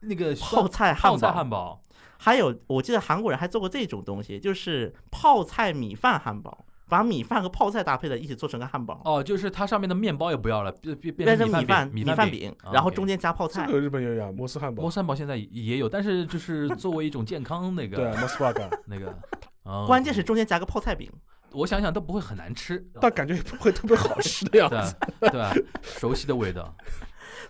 [SPEAKER 3] 那个
[SPEAKER 2] 泡
[SPEAKER 3] 蒜
[SPEAKER 2] 菜
[SPEAKER 3] 泡
[SPEAKER 2] 汉
[SPEAKER 3] 菜
[SPEAKER 2] 堡，
[SPEAKER 3] 汉堡，
[SPEAKER 2] 还有我记得韩国人还做过这种东西，就是泡菜米饭汉堡，把米饭和泡菜搭配在一起做成个汉堡。
[SPEAKER 3] 哦，就是它上面的面包也不要了，变变
[SPEAKER 2] 变
[SPEAKER 3] 变
[SPEAKER 2] 成
[SPEAKER 3] 米
[SPEAKER 2] 饭
[SPEAKER 3] 米
[SPEAKER 2] 米
[SPEAKER 3] 饭
[SPEAKER 2] 饼，
[SPEAKER 3] 啊
[SPEAKER 2] 然后
[SPEAKER 3] OK
[SPEAKER 2] 中间加泡菜
[SPEAKER 4] 这。个日本也有呀，摩斯汉堡
[SPEAKER 3] 摩，斯汉堡现在也有，但是就是作为一种健康那
[SPEAKER 4] 对啊
[SPEAKER 3] 个
[SPEAKER 4] 摩斯巴嘎，
[SPEAKER 3] 那个，哦
[SPEAKER 2] 关键是中间加个泡菜饼，
[SPEAKER 3] 我想想都不会很难吃，
[SPEAKER 4] 但感觉也不会特别好吃的样
[SPEAKER 3] 对啊
[SPEAKER 4] 子，
[SPEAKER 3] 吧对吧？熟悉的味道，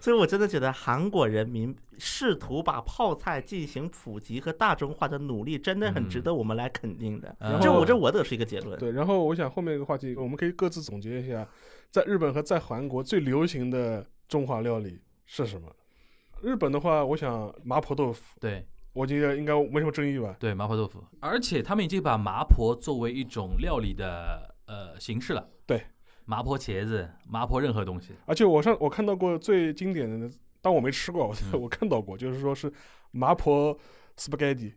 [SPEAKER 2] 所以我真的觉得韩国人民试图把泡菜进行普及和大众化的努力，真的很值
[SPEAKER 3] 嗯
[SPEAKER 2] 得我们来肯定的。
[SPEAKER 3] 然
[SPEAKER 2] 这
[SPEAKER 3] 后
[SPEAKER 2] 我这我得出一个结论，
[SPEAKER 4] 对，然后我想后面一个话题，我们可以各自总结一下，在日本和在韩国最流行的中华料理是什么？日本的话，我想麻婆豆腐，
[SPEAKER 3] 对
[SPEAKER 4] 我觉得应该没什么争议吧。
[SPEAKER 3] 对，麻婆豆腐，而且他们已经把麻婆作为一种料理的呃形式了，
[SPEAKER 4] 对，
[SPEAKER 3] 麻婆茄子、麻婆任何东西，
[SPEAKER 4] 而且我上我看到过最经典的，当我没吃过，我、 我看到过，就是说是麻婆 spaghetti，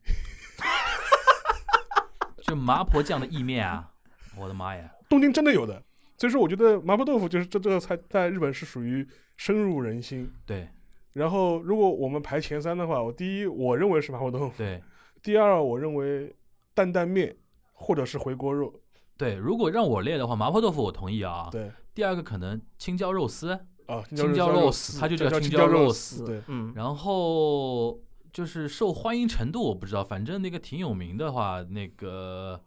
[SPEAKER 3] 就麻婆酱的意面啊，我的妈呀！
[SPEAKER 4] 东京真的有的。所以说，我觉得麻婆豆腐就是这这个菜在日本是属于深入人心。
[SPEAKER 3] 对
[SPEAKER 4] 然后，如果我们排前三的话，我第一我认为是麻婆豆腐，
[SPEAKER 3] 对
[SPEAKER 4] 第二我认为担担面或者是回锅肉。
[SPEAKER 3] 对，如果让我列的话，麻婆豆腐我同意啊。
[SPEAKER 4] 对
[SPEAKER 3] 第二个可能青椒肉丝，
[SPEAKER 4] 啊，
[SPEAKER 3] 青椒
[SPEAKER 4] 肉
[SPEAKER 3] 肉丝它就
[SPEAKER 4] 叫
[SPEAKER 3] 叫
[SPEAKER 4] 青
[SPEAKER 3] 青
[SPEAKER 4] 椒
[SPEAKER 3] 椒
[SPEAKER 4] 肉
[SPEAKER 3] 肉
[SPEAKER 4] 丝。对，
[SPEAKER 2] 嗯，
[SPEAKER 3] 然后就是受欢迎程度我不知道，反正那个挺有名的话，那个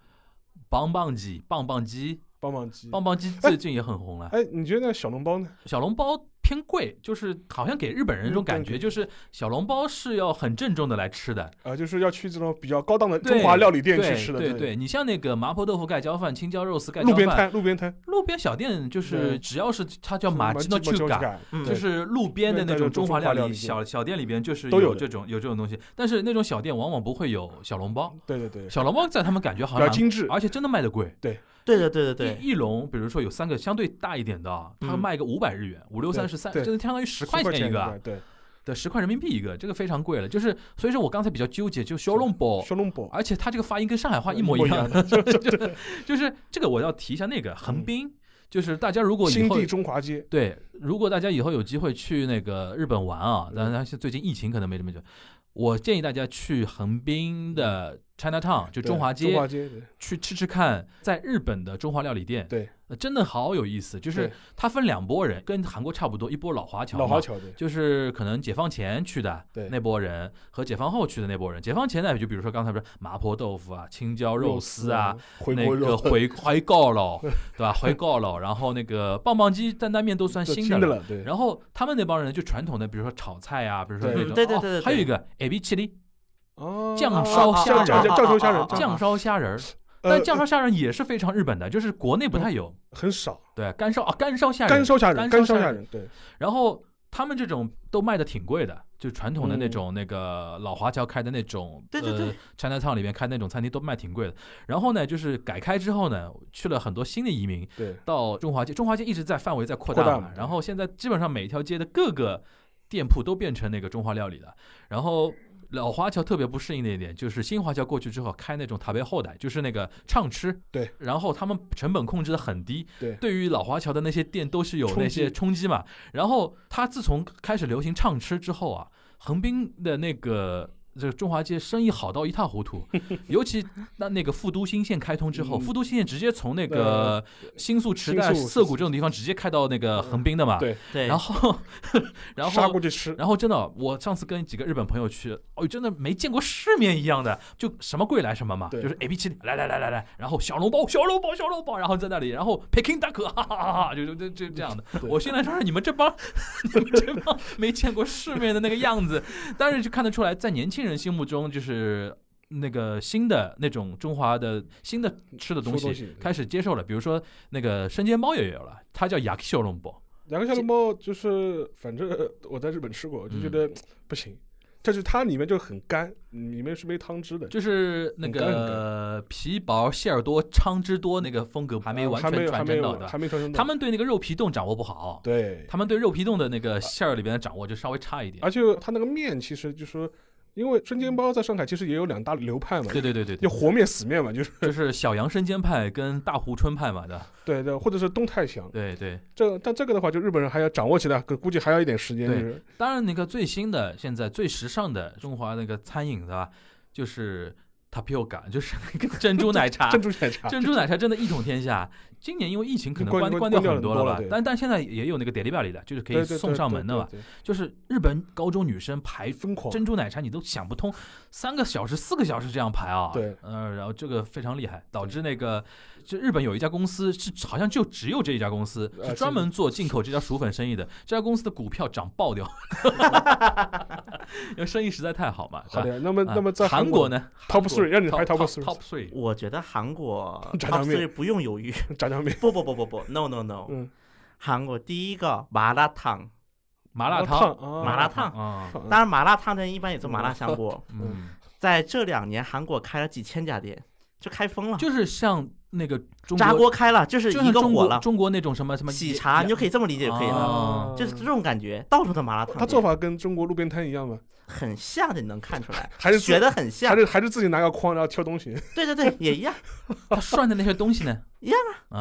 [SPEAKER 3] 棒棒鸡、棒棒鸡、
[SPEAKER 4] 棒棒鸡。
[SPEAKER 3] 棒棒鸡最近也很红了。
[SPEAKER 4] 哎，你觉得那小笼包呢？
[SPEAKER 3] 小笼包偏贵，就是好像给日本人一种感
[SPEAKER 4] 嗯对
[SPEAKER 3] 觉，就是小笼包是要很郑重的来吃的。
[SPEAKER 4] 啊，就是要去这种比较高档的
[SPEAKER 3] 对
[SPEAKER 4] 中华料理店去
[SPEAKER 3] 对
[SPEAKER 4] 吃的，
[SPEAKER 3] 对
[SPEAKER 4] 对，
[SPEAKER 3] 你像那个麻婆豆腐盖浇饭、青椒肉丝盖
[SPEAKER 4] 路
[SPEAKER 3] 浇
[SPEAKER 4] 边
[SPEAKER 3] 饭，
[SPEAKER 4] 摊，路边摊
[SPEAKER 3] 路边小店就
[SPEAKER 4] 对
[SPEAKER 3] 是只要是它叫马吉
[SPEAKER 4] 诺
[SPEAKER 3] 诺去嘎，
[SPEAKER 2] 嗯
[SPEAKER 3] 就
[SPEAKER 4] 对
[SPEAKER 3] 是路边的
[SPEAKER 4] 对
[SPEAKER 3] 那
[SPEAKER 4] 那种
[SPEAKER 3] 种中
[SPEAKER 4] 中华
[SPEAKER 3] 华料
[SPEAKER 4] 料
[SPEAKER 3] 理
[SPEAKER 4] 理店
[SPEAKER 3] 小小店里边，就是
[SPEAKER 4] 都有
[SPEAKER 3] 有
[SPEAKER 4] 的
[SPEAKER 3] 这种有这种东西，但是那种小店往往不会有小笼包。
[SPEAKER 4] 对对对，
[SPEAKER 3] 小笼包在他们感觉好
[SPEAKER 4] 比较
[SPEAKER 3] 像
[SPEAKER 4] 精致
[SPEAKER 3] 而且真的卖的贵。
[SPEAKER 2] 对的，对的，对，
[SPEAKER 3] 一一笼，比如说有三个相对大一点的啊，它
[SPEAKER 2] 嗯
[SPEAKER 3] 卖个五百日元，五六三十三，
[SPEAKER 4] 对
[SPEAKER 3] 这相当于十块
[SPEAKER 4] 10
[SPEAKER 3] 钱
[SPEAKER 4] 钱
[SPEAKER 3] 一个啊，
[SPEAKER 4] 对，
[SPEAKER 3] 对，十块人民币一个，这个非常贵了。就是所以说我刚才比较纠结，就小笼包，
[SPEAKER 4] 小笼包
[SPEAKER 3] 而且它这个发音跟上海话
[SPEAKER 4] 一
[SPEAKER 3] 一模
[SPEAKER 4] 一
[SPEAKER 3] 样，
[SPEAKER 4] 的， 就
[SPEAKER 3] 就是这个我要提一下那个横滨，就是大家如果以
[SPEAKER 4] 新
[SPEAKER 3] 后
[SPEAKER 4] 地中华街，
[SPEAKER 3] 对，如果大家以后有机会去那个日本玩啊，当然现在最近疫情可能没这么久，我建议大家去横滨的 China Town，就
[SPEAKER 4] 对
[SPEAKER 3] 中华
[SPEAKER 4] 中
[SPEAKER 3] 街
[SPEAKER 4] 华街，对
[SPEAKER 3] 去吃吃看，在日本的中华料理店，
[SPEAKER 4] 对
[SPEAKER 3] 呃，真的好有意思。就是
[SPEAKER 4] 对
[SPEAKER 3] 它分两拨人，跟韩国差不多，一波老华侨，
[SPEAKER 4] 老华，侨对，
[SPEAKER 3] 就是可能解放前去的
[SPEAKER 4] 对
[SPEAKER 3] 那波人和解放后去的那波人。解放前呢，就比如说刚才不是麻婆豆腐啊、青椒肉丝啊。，
[SPEAKER 4] 回
[SPEAKER 3] 那
[SPEAKER 4] 锅
[SPEAKER 3] 个
[SPEAKER 4] 肉，
[SPEAKER 3] 回回告了，对吧？回告了，然后那个棒棒鸡、担担面都算
[SPEAKER 4] 这
[SPEAKER 3] 新
[SPEAKER 4] 新
[SPEAKER 3] 的了。
[SPEAKER 4] 了，对，
[SPEAKER 3] 然后他们那帮人就传统的，比如说炒菜啊，比如说
[SPEAKER 4] 对
[SPEAKER 3] 那种，
[SPEAKER 2] 对对
[SPEAKER 3] 哦
[SPEAKER 2] 对对对
[SPEAKER 3] 还有一个 A B 七零
[SPEAKER 4] 哦
[SPEAKER 3] 酱
[SPEAKER 4] 啊
[SPEAKER 3] 烧
[SPEAKER 4] 啊
[SPEAKER 3] 虾
[SPEAKER 4] 酱酱
[SPEAKER 3] 仁
[SPEAKER 4] 酱烧虾仁
[SPEAKER 2] 啊，
[SPEAKER 3] 酱烧虾仁儿，
[SPEAKER 4] 呃
[SPEAKER 3] 但酱烧虾仁也是非常日本的，就是国内不太有。
[SPEAKER 4] 很少，
[SPEAKER 3] 对，干烧啊，干烧虾仁，
[SPEAKER 4] 干烧虾仁，
[SPEAKER 3] 干
[SPEAKER 4] 干
[SPEAKER 3] 烧
[SPEAKER 4] 虾
[SPEAKER 3] 虾
[SPEAKER 4] 仁，对，
[SPEAKER 3] 然后他们这种都卖的挺贵的，就传统的那种那个老华侨开的那种，
[SPEAKER 2] 嗯对对对
[SPEAKER 3] 呃，China Town 里面开那种餐厅都卖挺贵的。然后呢，就是改开之后呢，去了很多新的移民
[SPEAKER 4] 对
[SPEAKER 3] 到中华街，中华街一直在范围在扩
[SPEAKER 4] 扩大
[SPEAKER 3] 大
[SPEAKER 4] 嘛
[SPEAKER 3] 嘛
[SPEAKER 4] 对，
[SPEAKER 3] 然后现在基本上每一条街的各个店铺都变成那个中华料理了，然后。老华侨特别不适应的一点就是新华侨过去之后开那种塔贝后代，就是那个畅吃，
[SPEAKER 4] 对，
[SPEAKER 3] 然后他们成本控制的很低，
[SPEAKER 4] 对
[SPEAKER 3] 对于老华侨的那些店都是有
[SPEAKER 4] 冲
[SPEAKER 3] 那
[SPEAKER 4] 击
[SPEAKER 3] 些冲击嘛。然后他自从开始流行畅吃之后啊，横滨的那个这个中华街生意好到一塌糊 涂，尤其那那个富都新线开通之后，
[SPEAKER 4] 嗯
[SPEAKER 3] 富都新线直接从那
[SPEAKER 4] 呃
[SPEAKER 3] 个新宿池
[SPEAKER 4] 新
[SPEAKER 3] 袋、
[SPEAKER 4] 宿嗯
[SPEAKER 3] 涩谷这种地方直接开到那个横滨的嘛。
[SPEAKER 4] 对
[SPEAKER 2] 对，
[SPEAKER 3] 然 后，然
[SPEAKER 4] 杀
[SPEAKER 3] 后
[SPEAKER 4] 过，去吃，
[SPEAKER 3] 然后真的，我上次跟几个日本朋友去，哦，真的没见过世面一样的，就什么贵来什么嘛，
[SPEAKER 4] 对
[SPEAKER 3] 就是 A B 七，来来来来来，然后小笼包，小笼包，小笼包，然后在那里，然后 Peking duck，哈哈哈哈，就就就就这样的。
[SPEAKER 4] 对
[SPEAKER 3] 我心里说，你们这帮 你们这帮没见过世面的那个样子，但是就看得出来，在年轻人心目中就是。那个新的那种中华的新的吃的东
[SPEAKER 4] 吃的东西
[SPEAKER 3] 西开始接受了，比如说那个生煎包也有了，它叫 yaki 小笼包，
[SPEAKER 4] 两个小笼包就是，反正呃我在日本吃过，就
[SPEAKER 3] 嗯
[SPEAKER 4] 觉得不行，这就是它里面就很干，里面是没汤汁的，
[SPEAKER 3] 就是那
[SPEAKER 4] 很干
[SPEAKER 3] 个皮薄馅儿多、汤汁多那个风格还没完
[SPEAKER 4] 啊还没
[SPEAKER 3] 全
[SPEAKER 4] 有还
[SPEAKER 3] 传
[SPEAKER 4] 没
[SPEAKER 3] 承
[SPEAKER 4] 有
[SPEAKER 3] 到，对吧
[SPEAKER 4] 还？没传承到。
[SPEAKER 3] 他们对那个肉皮冻掌握不好，
[SPEAKER 4] 对，啊
[SPEAKER 3] 他们对肉皮冻的那个馅儿里边的掌握就稍微差一点。
[SPEAKER 4] 而且它那个面其实就说，因为生煎包在上海其实也有两大流派嘛，
[SPEAKER 3] 对对对对对，
[SPEAKER 4] 就和面死面嘛，就是
[SPEAKER 3] 就是小杨生煎派跟大湖春派嘛的，
[SPEAKER 4] 对对，或者是东太祥。
[SPEAKER 3] 对对。
[SPEAKER 4] 这但这个的话，就日本人还要掌握起来，可估计还要一点时间。就
[SPEAKER 3] 对
[SPEAKER 4] 是
[SPEAKER 3] 当然，那个最新的、现在最时尚的中华那个餐饮的，就是 tapioca，就是那个珍珠奶茶
[SPEAKER 4] 珍。珠奶茶，
[SPEAKER 3] 珍珠奶茶真的一统天下。今年因为疫情可能
[SPEAKER 4] 关
[SPEAKER 3] 关
[SPEAKER 4] 关
[SPEAKER 3] 掉
[SPEAKER 4] 掉很
[SPEAKER 3] 很多
[SPEAKER 4] 多
[SPEAKER 3] 了
[SPEAKER 4] 了
[SPEAKER 3] 吧
[SPEAKER 4] 对，
[SPEAKER 3] 但但现在也有那个 delivery 的，就是可以
[SPEAKER 4] 对对对
[SPEAKER 3] 送上门的哎嘛。
[SPEAKER 4] 对对对
[SPEAKER 3] 就是日本高中女生排
[SPEAKER 4] 疯狂。
[SPEAKER 3] 珍珠奶茶，你都想不通，三个小时、四个小时这样排啊。
[SPEAKER 4] 对
[SPEAKER 3] 呃，然后这个非常厉害，导致那个就日本有一家公司是好像就只有这一家公司
[SPEAKER 4] 呃
[SPEAKER 3] 是专门做进口这家薯粉生意的，这家公司的股票涨爆掉， 因为生意实在太好嘛。对吧
[SPEAKER 4] 好的，那么
[SPEAKER 3] 啊
[SPEAKER 4] 那么在
[SPEAKER 3] 韩
[SPEAKER 4] 国
[SPEAKER 3] 国呢
[SPEAKER 4] Top three，让你排 top
[SPEAKER 3] top
[SPEAKER 4] three
[SPEAKER 3] top three，
[SPEAKER 2] 我觉得韩国
[SPEAKER 4] 炸酱
[SPEAKER 2] top
[SPEAKER 4] 面
[SPEAKER 2] three 不用犹豫，
[SPEAKER 4] 炸酱面，
[SPEAKER 2] 不不不不不，no no no，
[SPEAKER 4] 嗯，
[SPEAKER 2] 韩国第一个麻辣烫，
[SPEAKER 3] 麻辣
[SPEAKER 4] 烫
[SPEAKER 3] 烫，
[SPEAKER 4] 啊
[SPEAKER 2] 麻辣烫，
[SPEAKER 3] 啊，
[SPEAKER 4] 烫
[SPEAKER 2] 当然麻辣烫店一般也做麻辣香锅，
[SPEAKER 3] 嗯，
[SPEAKER 2] 在这两年韩国开了几千家店，就开封了，
[SPEAKER 3] 就是像那个中
[SPEAKER 2] 炸
[SPEAKER 3] 国，
[SPEAKER 2] 锅开了，就是
[SPEAKER 3] 就
[SPEAKER 2] 一
[SPEAKER 3] 像
[SPEAKER 2] 个
[SPEAKER 3] 中
[SPEAKER 2] 火
[SPEAKER 3] 国
[SPEAKER 2] 了，
[SPEAKER 3] 中国那种什么什么
[SPEAKER 2] 喜茶，你就可以这么理解就可以了，
[SPEAKER 3] 哦
[SPEAKER 2] 就是这种感觉，到处都麻辣烫店。
[SPEAKER 4] 他做法跟中国路边摊一样吗？
[SPEAKER 2] 很像的，你能看出来，
[SPEAKER 4] 还是
[SPEAKER 2] 学的很像
[SPEAKER 4] 还。是还是自己拿个筐然后挑东西
[SPEAKER 2] 对对对，也一
[SPEAKER 3] 嗯
[SPEAKER 2] 样，
[SPEAKER 3] 他涮的那些东西呢
[SPEAKER 2] 一样
[SPEAKER 3] 啊嗯。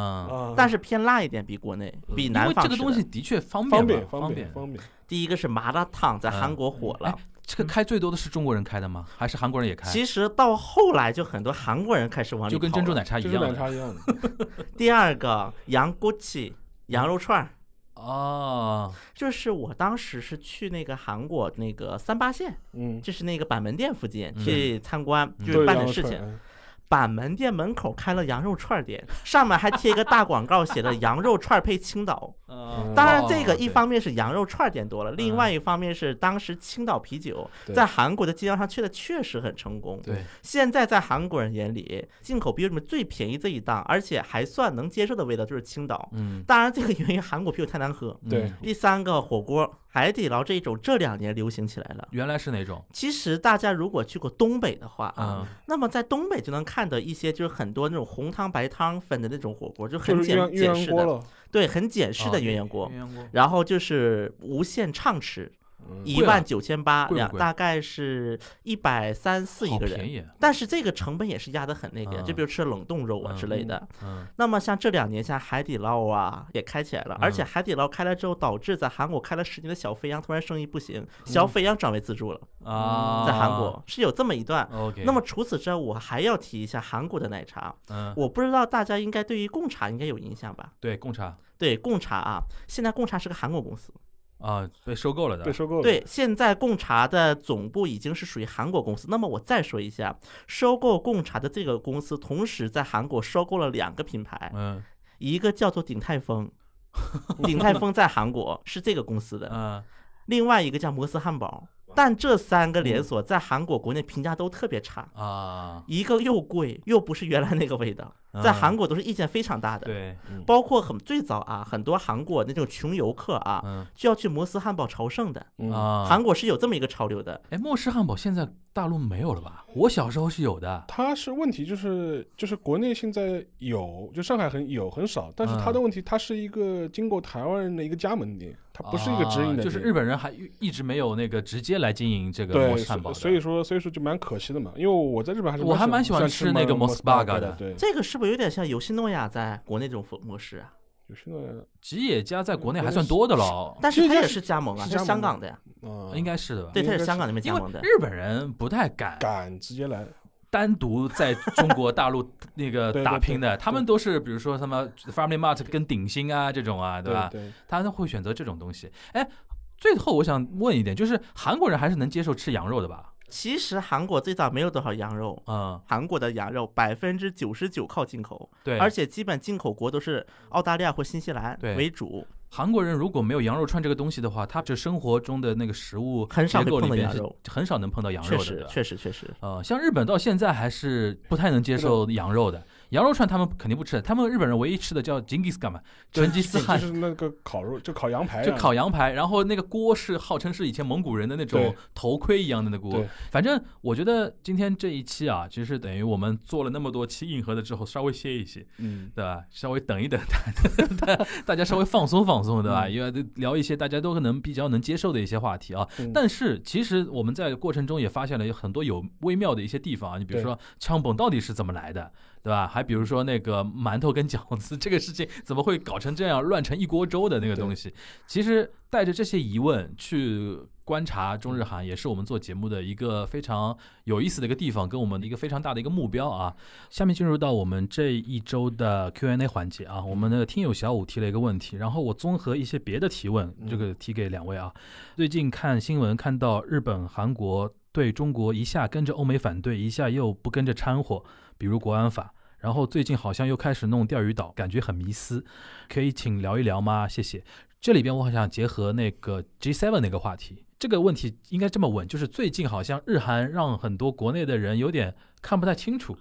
[SPEAKER 4] 啊？
[SPEAKER 2] 但
[SPEAKER 4] 是
[SPEAKER 2] 是偏辣一点，比国内比
[SPEAKER 3] 因
[SPEAKER 2] 南
[SPEAKER 3] 为
[SPEAKER 2] 方
[SPEAKER 3] 这个
[SPEAKER 2] 吃
[SPEAKER 3] 东
[SPEAKER 2] 的
[SPEAKER 3] 西的确方
[SPEAKER 4] 方
[SPEAKER 3] 便嘛
[SPEAKER 4] 便
[SPEAKER 3] 方
[SPEAKER 4] 便嗯方便，
[SPEAKER 2] 第一个是麻辣烫，
[SPEAKER 3] 嗯
[SPEAKER 2] 在韩国火了。哎
[SPEAKER 3] 这个开最多的是中国人开的吗？还是韩国人也开？
[SPEAKER 2] 其实到后来就很多韩国人开始往里
[SPEAKER 3] 哎就
[SPEAKER 2] 跑
[SPEAKER 3] 跟珍珠
[SPEAKER 2] 了
[SPEAKER 3] 奶茶一
[SPEAKER 4] 就是
[SPEAKER 3] 样
[SPEAKER 4] 奶
[SPEAKER 3] 的
[SPEAKER 4] 茶一样的。
[SPEAKER 2] 第二个羊锅气羊肉串儿，
[SPEAKER 3] 哦，
[SPEAKER 2] 就是我当时是去那个韩国那个三八线，
[SPEAKER 4] 嗯，
[SPEAKER 2] 就是那个板门店附近
[SPEAKER 3] 嗯
[SPEAKER 2] 去参观，
[SPEAKER 3] 嗯
[SPEAKER 2] 就是
[SPEAKER 4] 都有
[SPEAKER 2] 办
[SPEAKER 4] 羊
[SPEAKER 2] 点
[SPEAKER 4] 肉
[SPEAKER 2] 事
[SPEAKER 4] 串
[SPEAKER 2] 情。板门店门口开了羊肉串儿店，上面还贴一个大广告，写着羊肉串儿配青 岛。
[SPEAKER 3] 呃
[SPEAKER 2] 当然，这个
[SPEAKER 3] 哦
[SPEAKER 2] 一
[SPEAKER 3] 对
[SPEAKER 2] 方面是羊肉串儿店多了，另
[SPEAKER 3] 嗯
[SPEAKER 2] 外一方面是当时青岛啤酒
[SPEAKER 4] 对
[SPEAKER 2] 在韩国的街道上去的确实很成功。
[SPEAKER 3] 对
[SPEAKER 2] 现在在韩国人眼里，进口啤酒里面最便宜这一档，而且还算能接受的味道就是青岛。
[SPEAKER 3] 嗯
[SPEAKER 2] 当然，这个原因韩国啤酒太难喝。
[SPEAKER 4] 对
[SPEAKER 3] 嗯
[SPEAKER 2] 第三个火锅，海底捞这一种这两年流行起来了。
[SPEAKER 3] 原来是哪种
[SPEAKER 2] 其实大家如果去过东北的话啊，
[SPEAKER 3] 啊？
[SPEAKER 2] 那么在东北就能看到一些就是很多那种红汤白汤粉的那种火锅，就
[SPEAKER 4] 就
[SPEAKER 2] 很
[SPEAKER 4] 是鸳鸯
[SPEAKER 2] 简简
[SPEAKER 4] 鸳鸯
[SPEAKER 2] 式
[SPEAKER 4] 锅
[SPEAKER 2] 的，
[SPEAKER 4] 了，
[SPEAKER 2] 对，很简式
[SPEAKER 3] 啊
[SPEAKER 2] 的鸳鸯锅。
[SPEAKER 3] 鸳鸯锅
[SPEAKER 2] 然后就是无限畅吃，
[SPEAKER 4] 嗯
[SPEAKER 2] 一
[SPEAKER 3] 贵啊
[SPEAKER 2] 万九千八，
[SPEAKER 3] 贵不
[SPEAKER 2] 两
[SPEAKER 3] 贵
[SPEAKER 2] 大概是一百三四一
[SPEAKER 3] 好
[SPEAKER 2] 个人
[SPEAKER 3] 便。宜，啊
[SPEAKER 2] 但是这个成本也是压得很那个呀，
[SPEAKER 3] 嗯
[SPEAKER 2] 就比如吃冷冻肉啊
[SPEAKER 3] 嗯
[SPEAKER 2] 之类的。
[SPEAKER 3] 嗯
[SPEAKER 2] 那么像这两年，像海底捞啊也开起来了，
[SPEAKER 3] 嗯
[SPEAKER 2] 而且海底捞开了之后，导致在韩国开了十年的小肥羊突然生意不行，
[SPEAKER 3] 嗯
[SPEAKER 2] 小肥羊转为自助了，
[SPEAKER 3] 啊，
[SPEAKER 2] 嗯在韩国是有这么一段。
[SPEAKER 3] OK，
[SPEAKER 2] 那么除此之外，我还要提一下韩国的奶茶，
[SPEAKER 3] 嗯，
[SPEAKER 2] 我不知道大家应该对于贡茶应该有印象吧？
[SPEAKER 3] 对贡茶
[SPEAKER 2] 对，贡茶啊，现在贡茶是个韩国公司，
[SPEAKER 3] 啊被收购了的
[SPEAKER 4] 被，收购了。
[SPEAKER 2] 对，现在贡茶的总部已经是属于韩国公司。那么我再说一下，收购贡茶的这个公司，同时在韩国收购了两个品牌，
[SPEAKER 3] 嗯
[SPEAKER 2] 一个叫做鼎泰 丰，鼎泰丰在韩国是这个公司的，
[SPEAKER 3] 嗯
[SPEAKER 2] 另外一个叫摩斯汉堡。但这三个
[SPEAKER 3] 嗯
[SPEAKER 2] 连锁在韩国国内评价都特别差，
[SPEAKER 3] 啊，
[SPEAKER 2] 一个又贵又不是原来那个味道，在
[SPEAKER 3] 嗯
[SPEAKER 2] 韩国都是意见非常大的。
[SPEAKER 3] 对，
[SPEAKER 2] 包括很最早啊，很多韩国那种穷游客啊，
[SPEAKER 3] 嗯
[SPEAKER 2] 就要去摩斯汉堡朝圣的。
[SPEAKER 4] 嗯，
[SPEAKER 3] 啊，
[SPEAKER 2] 韩国是有这么一个潮流的，
[SPEAKER 3] 哎，莫氏汉堡现在大陆没有了吧？我小时候是有的，
[SPEAKER 4] 它是问题就是就是国内现在有，就上海很有很少，但是它的问题，它是一个经过台湾人的一个加盟店，它不是一个直营的店、
[SPEAKER 3] 啊就是日本人还一一直没有那个直接来经营这个
[SPEAKER 4] 对
[SPEAKER 3] 摩氏汉堡的，
[SPEAKER 4] 所以说所以说就蛮可惜的嘛，因为我在日本还是
[SPEAKER 3] 我还蛮喜
[SPEAKER 4] 喜
[SPEAKER 3] 欢
[SPEAKER 4] 欢
[SPEAKER 3] 吃
[SPEAKER 4] 吃
[SPEAKER 3] 那个
[SPEAKER 4] Mos-
[SPEAKER 3] Mos- Baga
[SPEAKER 4] Baga
[SPEAKER 3] 的
[SPEAKER 4] 对，
[SPEAKER 2] 这个是不是有点像游戏诺亚在国内这种模式啊？
[SPEAKER 4] 有些呢，
[SPEAKER 3] 吉野家在国内还算多的了，
[SPEAKER 2] 但是它
[SPEAKER 4] 这
[SPEAKER 2] 也
[SPEAKER 4] 个
[SPEAKER 2] 是加盟啊，
[SPEAKER 4] 是
[SPEAKER 2] 它是
[SPEAKER 4] 加
[SPEAKER 2] 香
[SPEAKER 4] 盟
[SPEAKER 2] 港的呀，
[SPEAKER 4] 啊、
[SPEAKER 3] 应该是的吧？
[SPEAKER 2] 对，它
[SPEAKER 4] 应
[SPEAKER 2] 是
[SPEAKER 4] 该
[SPEAKER 2] 香港那边加
[SPEAKER 3] 因为
[SPEAKER 2] 盟的。
[SPEAKER 3] 日本人不太敢
[SPEAKER 4] 敢直接来，
[SPEAKER 3] 单独在中国大陆 那个
[SPEAKER 4] 对对
[SPEAKER 3] 打
[SPEAKER 4] 对
[SPEAKER 3] 拼的，他们都是比如说什么 Family Mart 跟鼎鑫啊这种啊，
[SPEAKER 4] 对
[SPEAKER 3] 吧？
[SPEAKER 4] 对，
[SPEAKER 3] 他们会选择这种东西。哎，最后我想问一点，就是韩国人还是能接受吃羊肉的吧？
[SPEAKER 2] 其实韩国最早没有多少羊肉，
[SPEAKER 3] 嗯，
[SPEAKER 2] 韩国的羊肉百分之九十九靠进口，
[SPEAKER 3] 对。
[SPEAKER 2] 而且基本进口国都是澳大利亚或新西兰
[SPEAKER 3] 对
[SPEAKER 2] 为主。
[SPEAKER 3] 韩国人如果没有羊肉串这个东西的话，他这生活中的那个食物
[SPEAKER 2] 很少
[SPEAKER 3] 结
[SPEAKER 2] 会
[SPEAKER 3] 构
[SPEAKER 2] 碰
[SPEAKER 3] 里
[SPEAKER 2] 到
[SPEAKER 3] 边
[SPEAKER 2] 羊
[SPEAKER 3] 是
[SPEAKER 2] 肉
[SPEAKER 3] 很少能碰到羊
[SPEAKER 2] 确
[SPEAKER 3] 肉的。对
[SPEAKER 2] 实，
[SPEAKER 3] 吧
[SPEAKER 2] 确实，确实。
[SPEAKER 3] 呃，像日本到现在还是不太能接受羊肉的，羊肉串他们肯定不吃的，他们日本人唯一吃的叫 Genghis 干嘛？成吉思汗
[SPEAKER 4] 就是那个烤肉，就烤羊排、啊，
[SPEAKER 3] 就烤羊排，然后那个锅是号称是以前蒙古人的那种
[SPEAKER 4] 对
[SPEAKER 3] 头盔一样的那锅
[SPEAKER 4] 对。
[SPEAKER 3] 反正我觉得今天这一期啊，其实等于我们做了那么多期硬核的之后，稍微歇一歇，
[SPEAKER 4] 嗯，
[SPEAKER 3] 对吧？稍微等一等， 大家大家稍微放松放松，对吧？
[SPEAKER 4] 嗯
[SPEAKER 3] 因为聊一些大家都能比较能接受的一些话题啊。
[SPEAKER 4] 嗯
[SPEAKER 3] 但是其实我们在过程中也发现了有很多有微妙的一些地方啊，你比如
[SPEAKER 4] 对
[SPEAKER 3] 说枪崩到底是怎么来的，对吧？还比如说那个馒头跟饺子这个事情怎么会搞成这样乱成一锅粥的那个东西，其实带着这些疑问去。观察中日韩也是我们做节目的一个非常有意思的一个地方，跟我们的一个非常大的一个目标啊。下面进入到我们这一周的 Q&A 环节啊，我们的听友小五提了一个问题，然后我综合一些别的提问，这个提给两位啊。最近看新闻看到日本、韩国对中国一下跟着欧美反对，一下又不跟着掺和，比如国安法。然后最近好像又开始弄钓鱼岛，感觉很迷思，可以请聊一聊吗？谢谢。这里边我好想结合那个 G7 那个话题这个问题应该这么问，就是最近好像日韩让很多国内的人有点看不太清楚，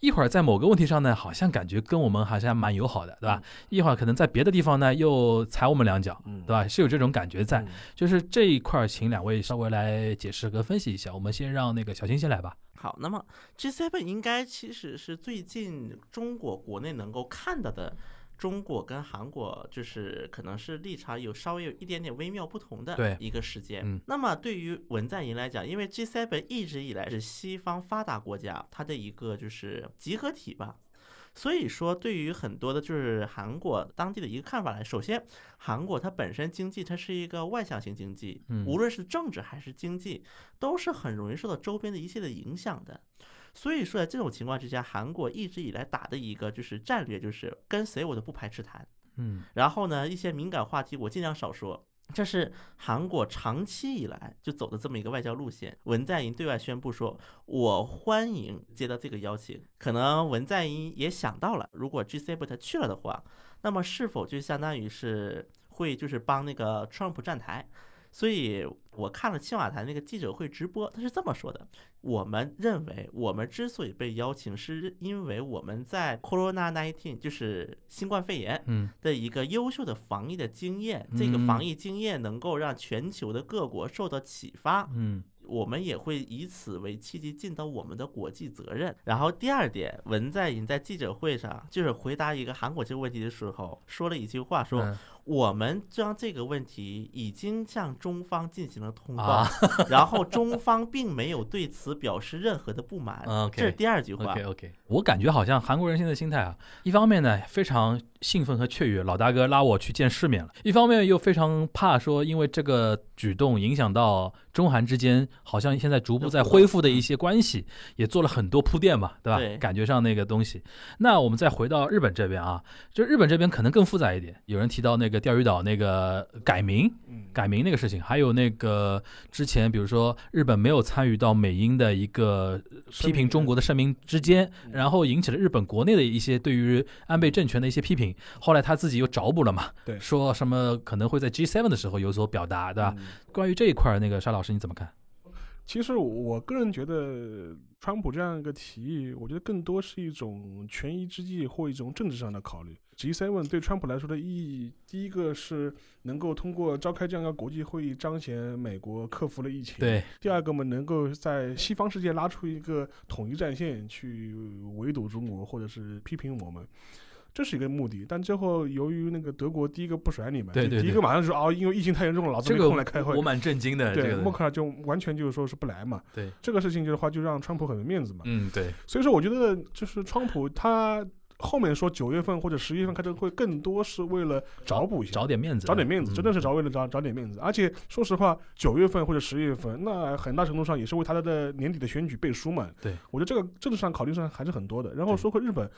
[SPEAKER 3] 一会儿在某个问题上呢，好像感觉跟我们好像蛮友好的，对吧？一会儿可能在别的地方呢又踩我们两脚，
[SPEAKER 4] 嗯
[SPEAKER 3] 对吧？是有这种感觉在
[SPEAKER 4] 嗯，
[SPEAKER 3] 就是这一块儿，请两位稍微来解释和分析一下。我们先让那个小新先来吧。
[SPEAKER 2] 好，那么 G7 应该其实是最近中国国内能够看到的，中国跟韩国就是可能是立场有稍微有一点点微妙不同
[SPEAKER 3] 对
[SPEAKER 2] 的一个事件。
[SPEAKER 3] 嗯
[SPEAKER 2] 那么对于文在寅来讲，因为 G7 一直以来是西方发达国家它的一个就是集合体吧。所以说，对于很多的就是韩国当地的一个看法来，首先，韩国它本身经济它是一个外向型经济
[SPEAKER 3] 嗯，
[SPEAKER 2] 无论是政治还是经济，都是很容易受到周边的一切的影响的。所以说，在这种情况之下，韩国一直以来打的一个就是战略，就是跟谁我都不排斥谈。
[SPEAKER 3] 嗯
[SPEAKER 2] 然后呢，一些敏感话题我尽量少说。这是韩国长期以来就走的这么一个外交路线。文在寅对外宣布说：“我欢迎接到这个邀请。”可能文在寅也想到了，如果 G7 他去了的话，那么是否就相当于是会就是帮那个 Trump 站台？所以我看了青瓦台那个记者会直播，他是这么说的：我们认为，我们之所以被邀请，是因为我们在 Corona nineteen，就是新冠肺炎，
[SPEAKER 3] 嗯
[SPEAKER 2] 的一个优秀的防疫的经验，这个
[SPEAKER 3] 嗯
[SPEAKER 2] 防疫经验能够让全球的各国受到启发，
[SPEAKER 3] 嗯
[SPEAKER 2] 我们也会以此为契机尽到我们的国际责任。然后第二点，文在寅在记者会上就是回答一个韩国这个问题的时候，说了一句话说，
[SPEAKER 3] 嗯
[SPEAKER 2] 我们将这个问题已经向中方进行了通报，
[SPEAKER 3] 啊
[SPEAKER 2] 然后中方并没有对此表示任何的不满。
[SPEAKER 3] 嗯，OK
[SPEAKER 2] 这是第二句话。
[SPEAKER 3] ，OK OK，我感觉好像韩国人现在心态啊，一方面呢非常兴奋和雀跃，老大哥拉我去见世面了；一方面又非常怕说因为这个举动影响到中韩之间好像现在逐步在恢复的一些关系，也做了很多铺垫嘛，对吧？
[SPEAKER 2] 嗯对
[SPEAKER 3] 感觉上那个东西。那我们再回到日本这边啊，就日本这边可能更复杂一点。有人提到那个钓鱼岛那个改名，
[SPEAKER 4] 嗯
[SPEAKER 3] 改名那个事情，还有那个之前，比如说日本没有参与到美英的一个批评中国的声明之间，
[SPEAKER 4] 嗯
[SPEAKER 3] 然后引起了日本国内的一些对于安倍政权的一些批评。后来他自己又找补了嘛，
[SPEAKER 4] 对
[SPEAKER 3] 说什么可能会在 G7 的时候有所表达，对吧？
[SPEAKER 4] 嗯
[SPEAKER 3] 关于这一块儿，那个沙老师你怎么看？
[SPEAKER 4] 其实我我个人觉得，川普这样一个提议，我觉得更多是一种权宜之计或一种政治上的考虑。G7 对川普来说的意义，第一个是能够通过召开这样一个国际会议，彰显美国克服了疫情；，
[SPEAKER 3] 对，
[SPEAKER 4] 第二个嘛，能够在西方世界拉出一个统一战线去围堵中国，或者是批评我们。这是一个目的，但最后由于那个德国第一个不甩你们，
[SPEAKER 3] 对对对
[SPEAKER 4] 第一个马上就说哦，因为疫情太严重了，老子
[SPEAKER 3] 这
[SPEAKER 4] 没
[SPEAKER 3] 个
[SPEAKER 4] 空来开会。
[SPEAKER 3] 我蛮震惊的，这
[SPEAKER 4] 对，默
[SPEAKER 3] 个，
[SPEAKER 4] 克尔就完全就是说是不来嘛。
[SPEAKER 3] 对，
[SPEAKER 4] 这个事情就是话就让川普很没面子嘛。
[SPEAKER 3] 嗯，对，
[SPEAKER 4] 所以说，我觉得就是川普他后面说九月份或者十月份开这个会，更多是为了找补一下。
[SPEAKER 3] 找点面子，
[SPEAKER 4] 找点面子，
[SPEAKER 3] 嗯
[SPEAKER 4] 真的是找为了找找点面子。而且说实话，九月份或者十月份，那很大程度上也是为他的年底的选举背书嘛。
[SPEAKER 3] 对，
[SPEAKER 4] 我觉得这个政治上考虑上还是很多的。然后
[SPEAKER 3] 对
[SPEAKER 4] 说回日本，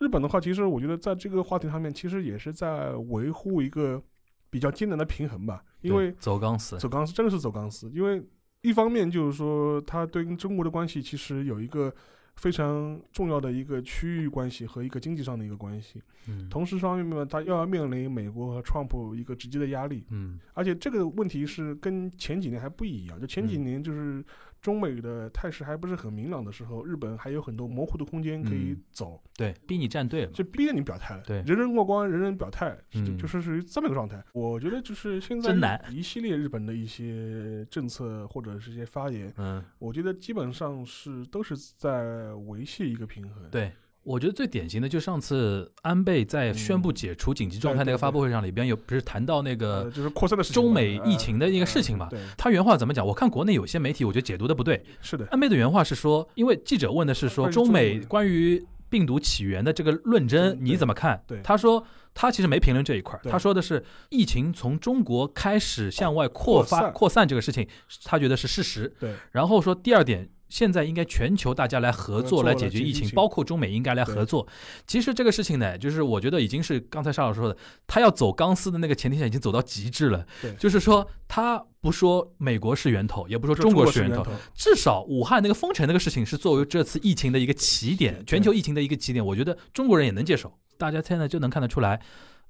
[SPEAKER 4] 日本的话，其实我觉得在这个话题上面，其实也是在维护一个比较艰难的平衡吧。因为
[SPEAKER 3] 对走钢丝，
[SPEAKER 4] 走钢丝，真的是走钢丝。因为一方面就是说，它对跟中国的关系其实有一个非常重要的一个区域关系和一个经济上的一个关系。
[SPEAKER 3] 嗯
[SPEAKER 4] 同时，方面呢，它又要面临美国和川普一个直接的压力，
[SPEAKER 3] 嗯
[SPEAKER 4] 而且这个问题是跟前几年还不一样。就
[SPEAKER 3] 嗯
[SPEAKER 4] 前几年就是中美的态势还不是很明朗的时候，日本还有很多模糊的空间可以
[SPEAKER 3] 嗯
[SPEAKER 4] 走，
[SPEAKER 3] 对，逼你站队了嘛，
[SPEAKER 4] 就逼着你表态了。
[SPEAKER 3] 对
[SPEAKER 4] 人人过关，人人表态，
[SPEAKER 3] 嗯
[SPEAKER 4] 就就是属于这么一个状态。我觉得就是现在
[SPEAKER 3] 真难
[SPEAKER 4] 一系列日本的一些政策或者是一些发言，
[SPEAKER 3] 嗯。
[SPEAKER 4] 我觉得基本上是都是在维系一个平衡。，
[SPEAKER 3] 对，我觉得最典型的就上次安倍在宣
[SPEAKER 4] 嗯
[SPEAKER 3] 布解除紧急状态那个发布会上，里边有不是谈到那
[SPEAKER 4] 呃，
[SPEAKER 3] 个
[SPEAKER 4] 就是扩散的事情嘛。
[SPEAKER 3] 中美
[SPEAKER 4] 呃
[SPEAKER 3] 疫情的一个事情嘛
[SPEAKER 4] 呃？对，
[SPEAKER 3] 他原话怎么讲？我看国内有些媒体，我觉得解读的不对。
[SPEAKER 4] 是的。
[SPEAKER 3] 安倍的原话是说，因为记者问的是说
[SPEAKER 4] 关于中
[SPEAKER 3] 中美
[SPEAKER 4] 国
[SPEAKER 3] 关于病毒起源的这个论争
[SPEAKER 4] 嗯对
[SPEAKER 3] 你怎么看
[SPEAKER 4] 对？
[SPEAKER 3] 他说他其实没评论这一块儿，
[SPEAKER 4] 对哦
[SPEAKER 3] 他说的是疫情从中国开始向外扩
[SPEAKER 4] 扩
[SPEAKER 3] 发
[SPEAKER 4] 散
[SPEAKER 3] 扩散这个事情，他觉得是事实。
[SPEAKER 4] 对，
[SPEAKER 3] 然后说第二点，现在应该全球大家来合
[SPEAKER 4] 合作
[SPEAKER 3] 作来解
[SPEAKER 4] 来
[SPEAKER 3] 决
[SPEAKER 4] 解决
[SPEAKER 3] 疫
[SPEAKER 4] 疫
[SPEAKER 3] 情，
[SPEAKER 4] 情
[SPEAKER 3] 包括中美应该来合作。其实这个事情呢，就是我觉得已经是刚才沙老师说的，他要走钢丝的那个前提下已经走到极致了
[SPEAKER 4] 对。
[SPEAKER 3] 就是说，他不说美国是源头，也不说
[SPEAKER 4] 就
[SPEAKER 3] 中国
[SPEAKER 4] 是
[SPEAKER 3] 源
[SPEAKER 4] 源
[SPEAKER 3] 头，，至少武汉那个封城那个事情是作为这次疫情的一个起
[SPEAKER 4] 是
[SPEAKER 3] 点，
[SPEAKER 4] 对
[SPEAKER 3] 全球疫情的一个起点，我觉得中国人也能接受。大家现在就能看得出来，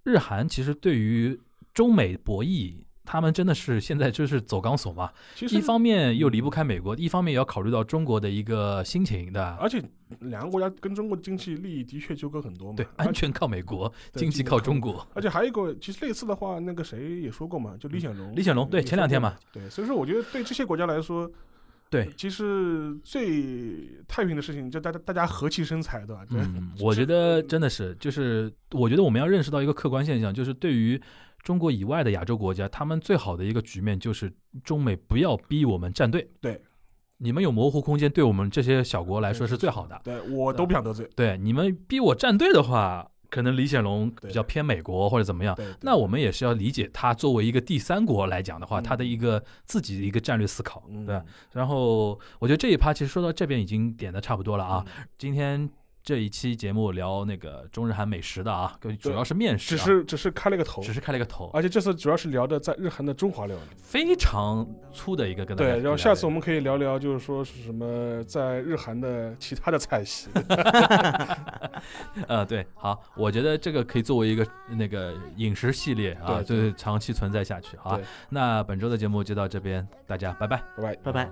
[SPEAKER 3] 日韩其实对于中美博弈他们真的是现在就是走钢索嘛，
[SPEAKER 4] 其实
[SPEAKER 3] 一方面又离不开美国，一方面也要考虑到中国的一个心情的。
[SPEAKER 4] 而且两个国家跟中国的经济利益的确纠葛很多嘛。
[SPEAKER 3] 对，
[SPEAKER 4] 而
[SPEAKER 3] 安全靠美国，
[SPEAKER 4] 对
[SPEAKER 3] 经
[SPEAKER 4] 经
[SPEAKER 3] 济
[SPEAKER 4] 济
[SPEAKER 3] 靠
[SPEAKER 4] 靠
[SPEAKER 3] 中国。
[SPEAKER 4] 而且还有一个，其实类似的话，那个谁也说过嘛，就李显龙。
[SPEAKER 3] 嗯李显龙对
[SPEAKER 4] 也
[SPEAKER 3] 前两
[SPEAKER 4] 说
[SPEAKER 3] 天
[SPEAKER 4] 过
[SPEAKER 3] 嘛。哎
[SPEAKER 4] 对，所以说我觉得对这些国家来说，
[SPEAKER 3] 对，
[SPEAKER 4] 其实最太平的事情，就大家大家和气生财，对吧？对，
[SPEAKER 3] 嗯，我觉得真的是，就是我觉得我们要认识到一个客观现象，就是对于中国以外的亚洲国家，他们最好的一个局面就是中美不要逼我们站队。
[SPEAKER 4] 对，
[SPEAKER 3] 你们有模糊空间，对我们这些小国来说是最好的。
[SPEAKER 4] 对我都不想得罪。
[SPEAKER 3] 对，你们逼我站队的话，可能李显龙比较偏美国或者怎么样。
[SPEAKER 4] 对，对
[SPEAKER 3] 啊那我们也是要理解他作为一个第三国来讲的话，
[SPEAKER 4] 嗯
[SPEAKER 3] 他的一个自己的一个战略思考，
[SPEAKER 4] 嗯
[SPEAKER 3] 对吧？啊然后我觉得这一趴其实说到这边已经点的差不多了啊。
[SPEAKER 4] 嗯
[SPEAKER 3] 今天这一期节目聊那个中日韩美食的啊，跟主要是面食
[SPEAKER 4] 只
[SPEAKER 3] 啊、
[SPEAKER 4] 是啊只是开了个头
[SPEAKER 3] 只，是开了个头，
[SPEAKER 4] 而且这次主要是聊的在日韩的中华料理。
[SPEAKER 3] 非常粗的一个跟大家
[SPEAKER 4] 对，然后下次我
[SPEAKER 3] 们
[SPEAKER 4] 们可以聊聊，就是说是什么在日韩的其他的菜系。
[SPEAKER 3] 呃对，好，我觉得这个可以作为一个那个饮食系列啊，
[SPEAKER 4] 对
[SPEAKER 3] 就是长期存在下去啊
[SPEAKER 4] 对。
[SPEAKER 3] 那本周的节目就到这边，大家拜拜。
[SPEAKER 4] 拜拜。
[SPEAKER 2] 拜拜。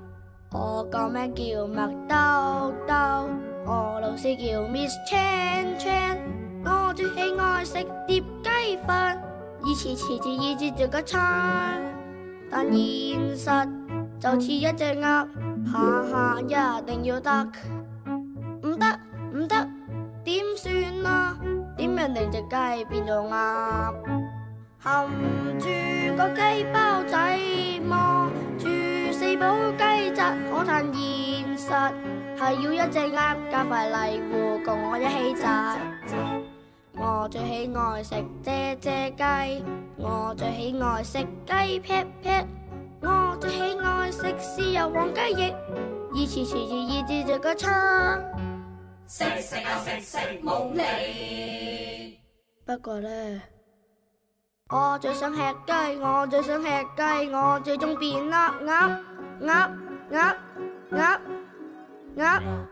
[SPEAKER 5] 我個名叫麥兜兜，我老師叫 Miss Chan Chan，我最喜愛食碟雞飯，以前遲遲以節做個餐，但現實就似一隻鴨，下下一定要得，唔得唔得，點算啊？點人哋隻雞變做鴨？含住個雞包仔，望住四寶雞質，我嘆現實係要一隻鴨加塊泥糊共我一起紮。我最喜愛食啫啫雞，我最喜愛食雞撇撇，我最喜愛食豉油黃雞翼，以前持住意志做個餐。不過呢。我最想吃雞，我最想吃雞，我最中變啦！鴨鴨鴨鴨鴨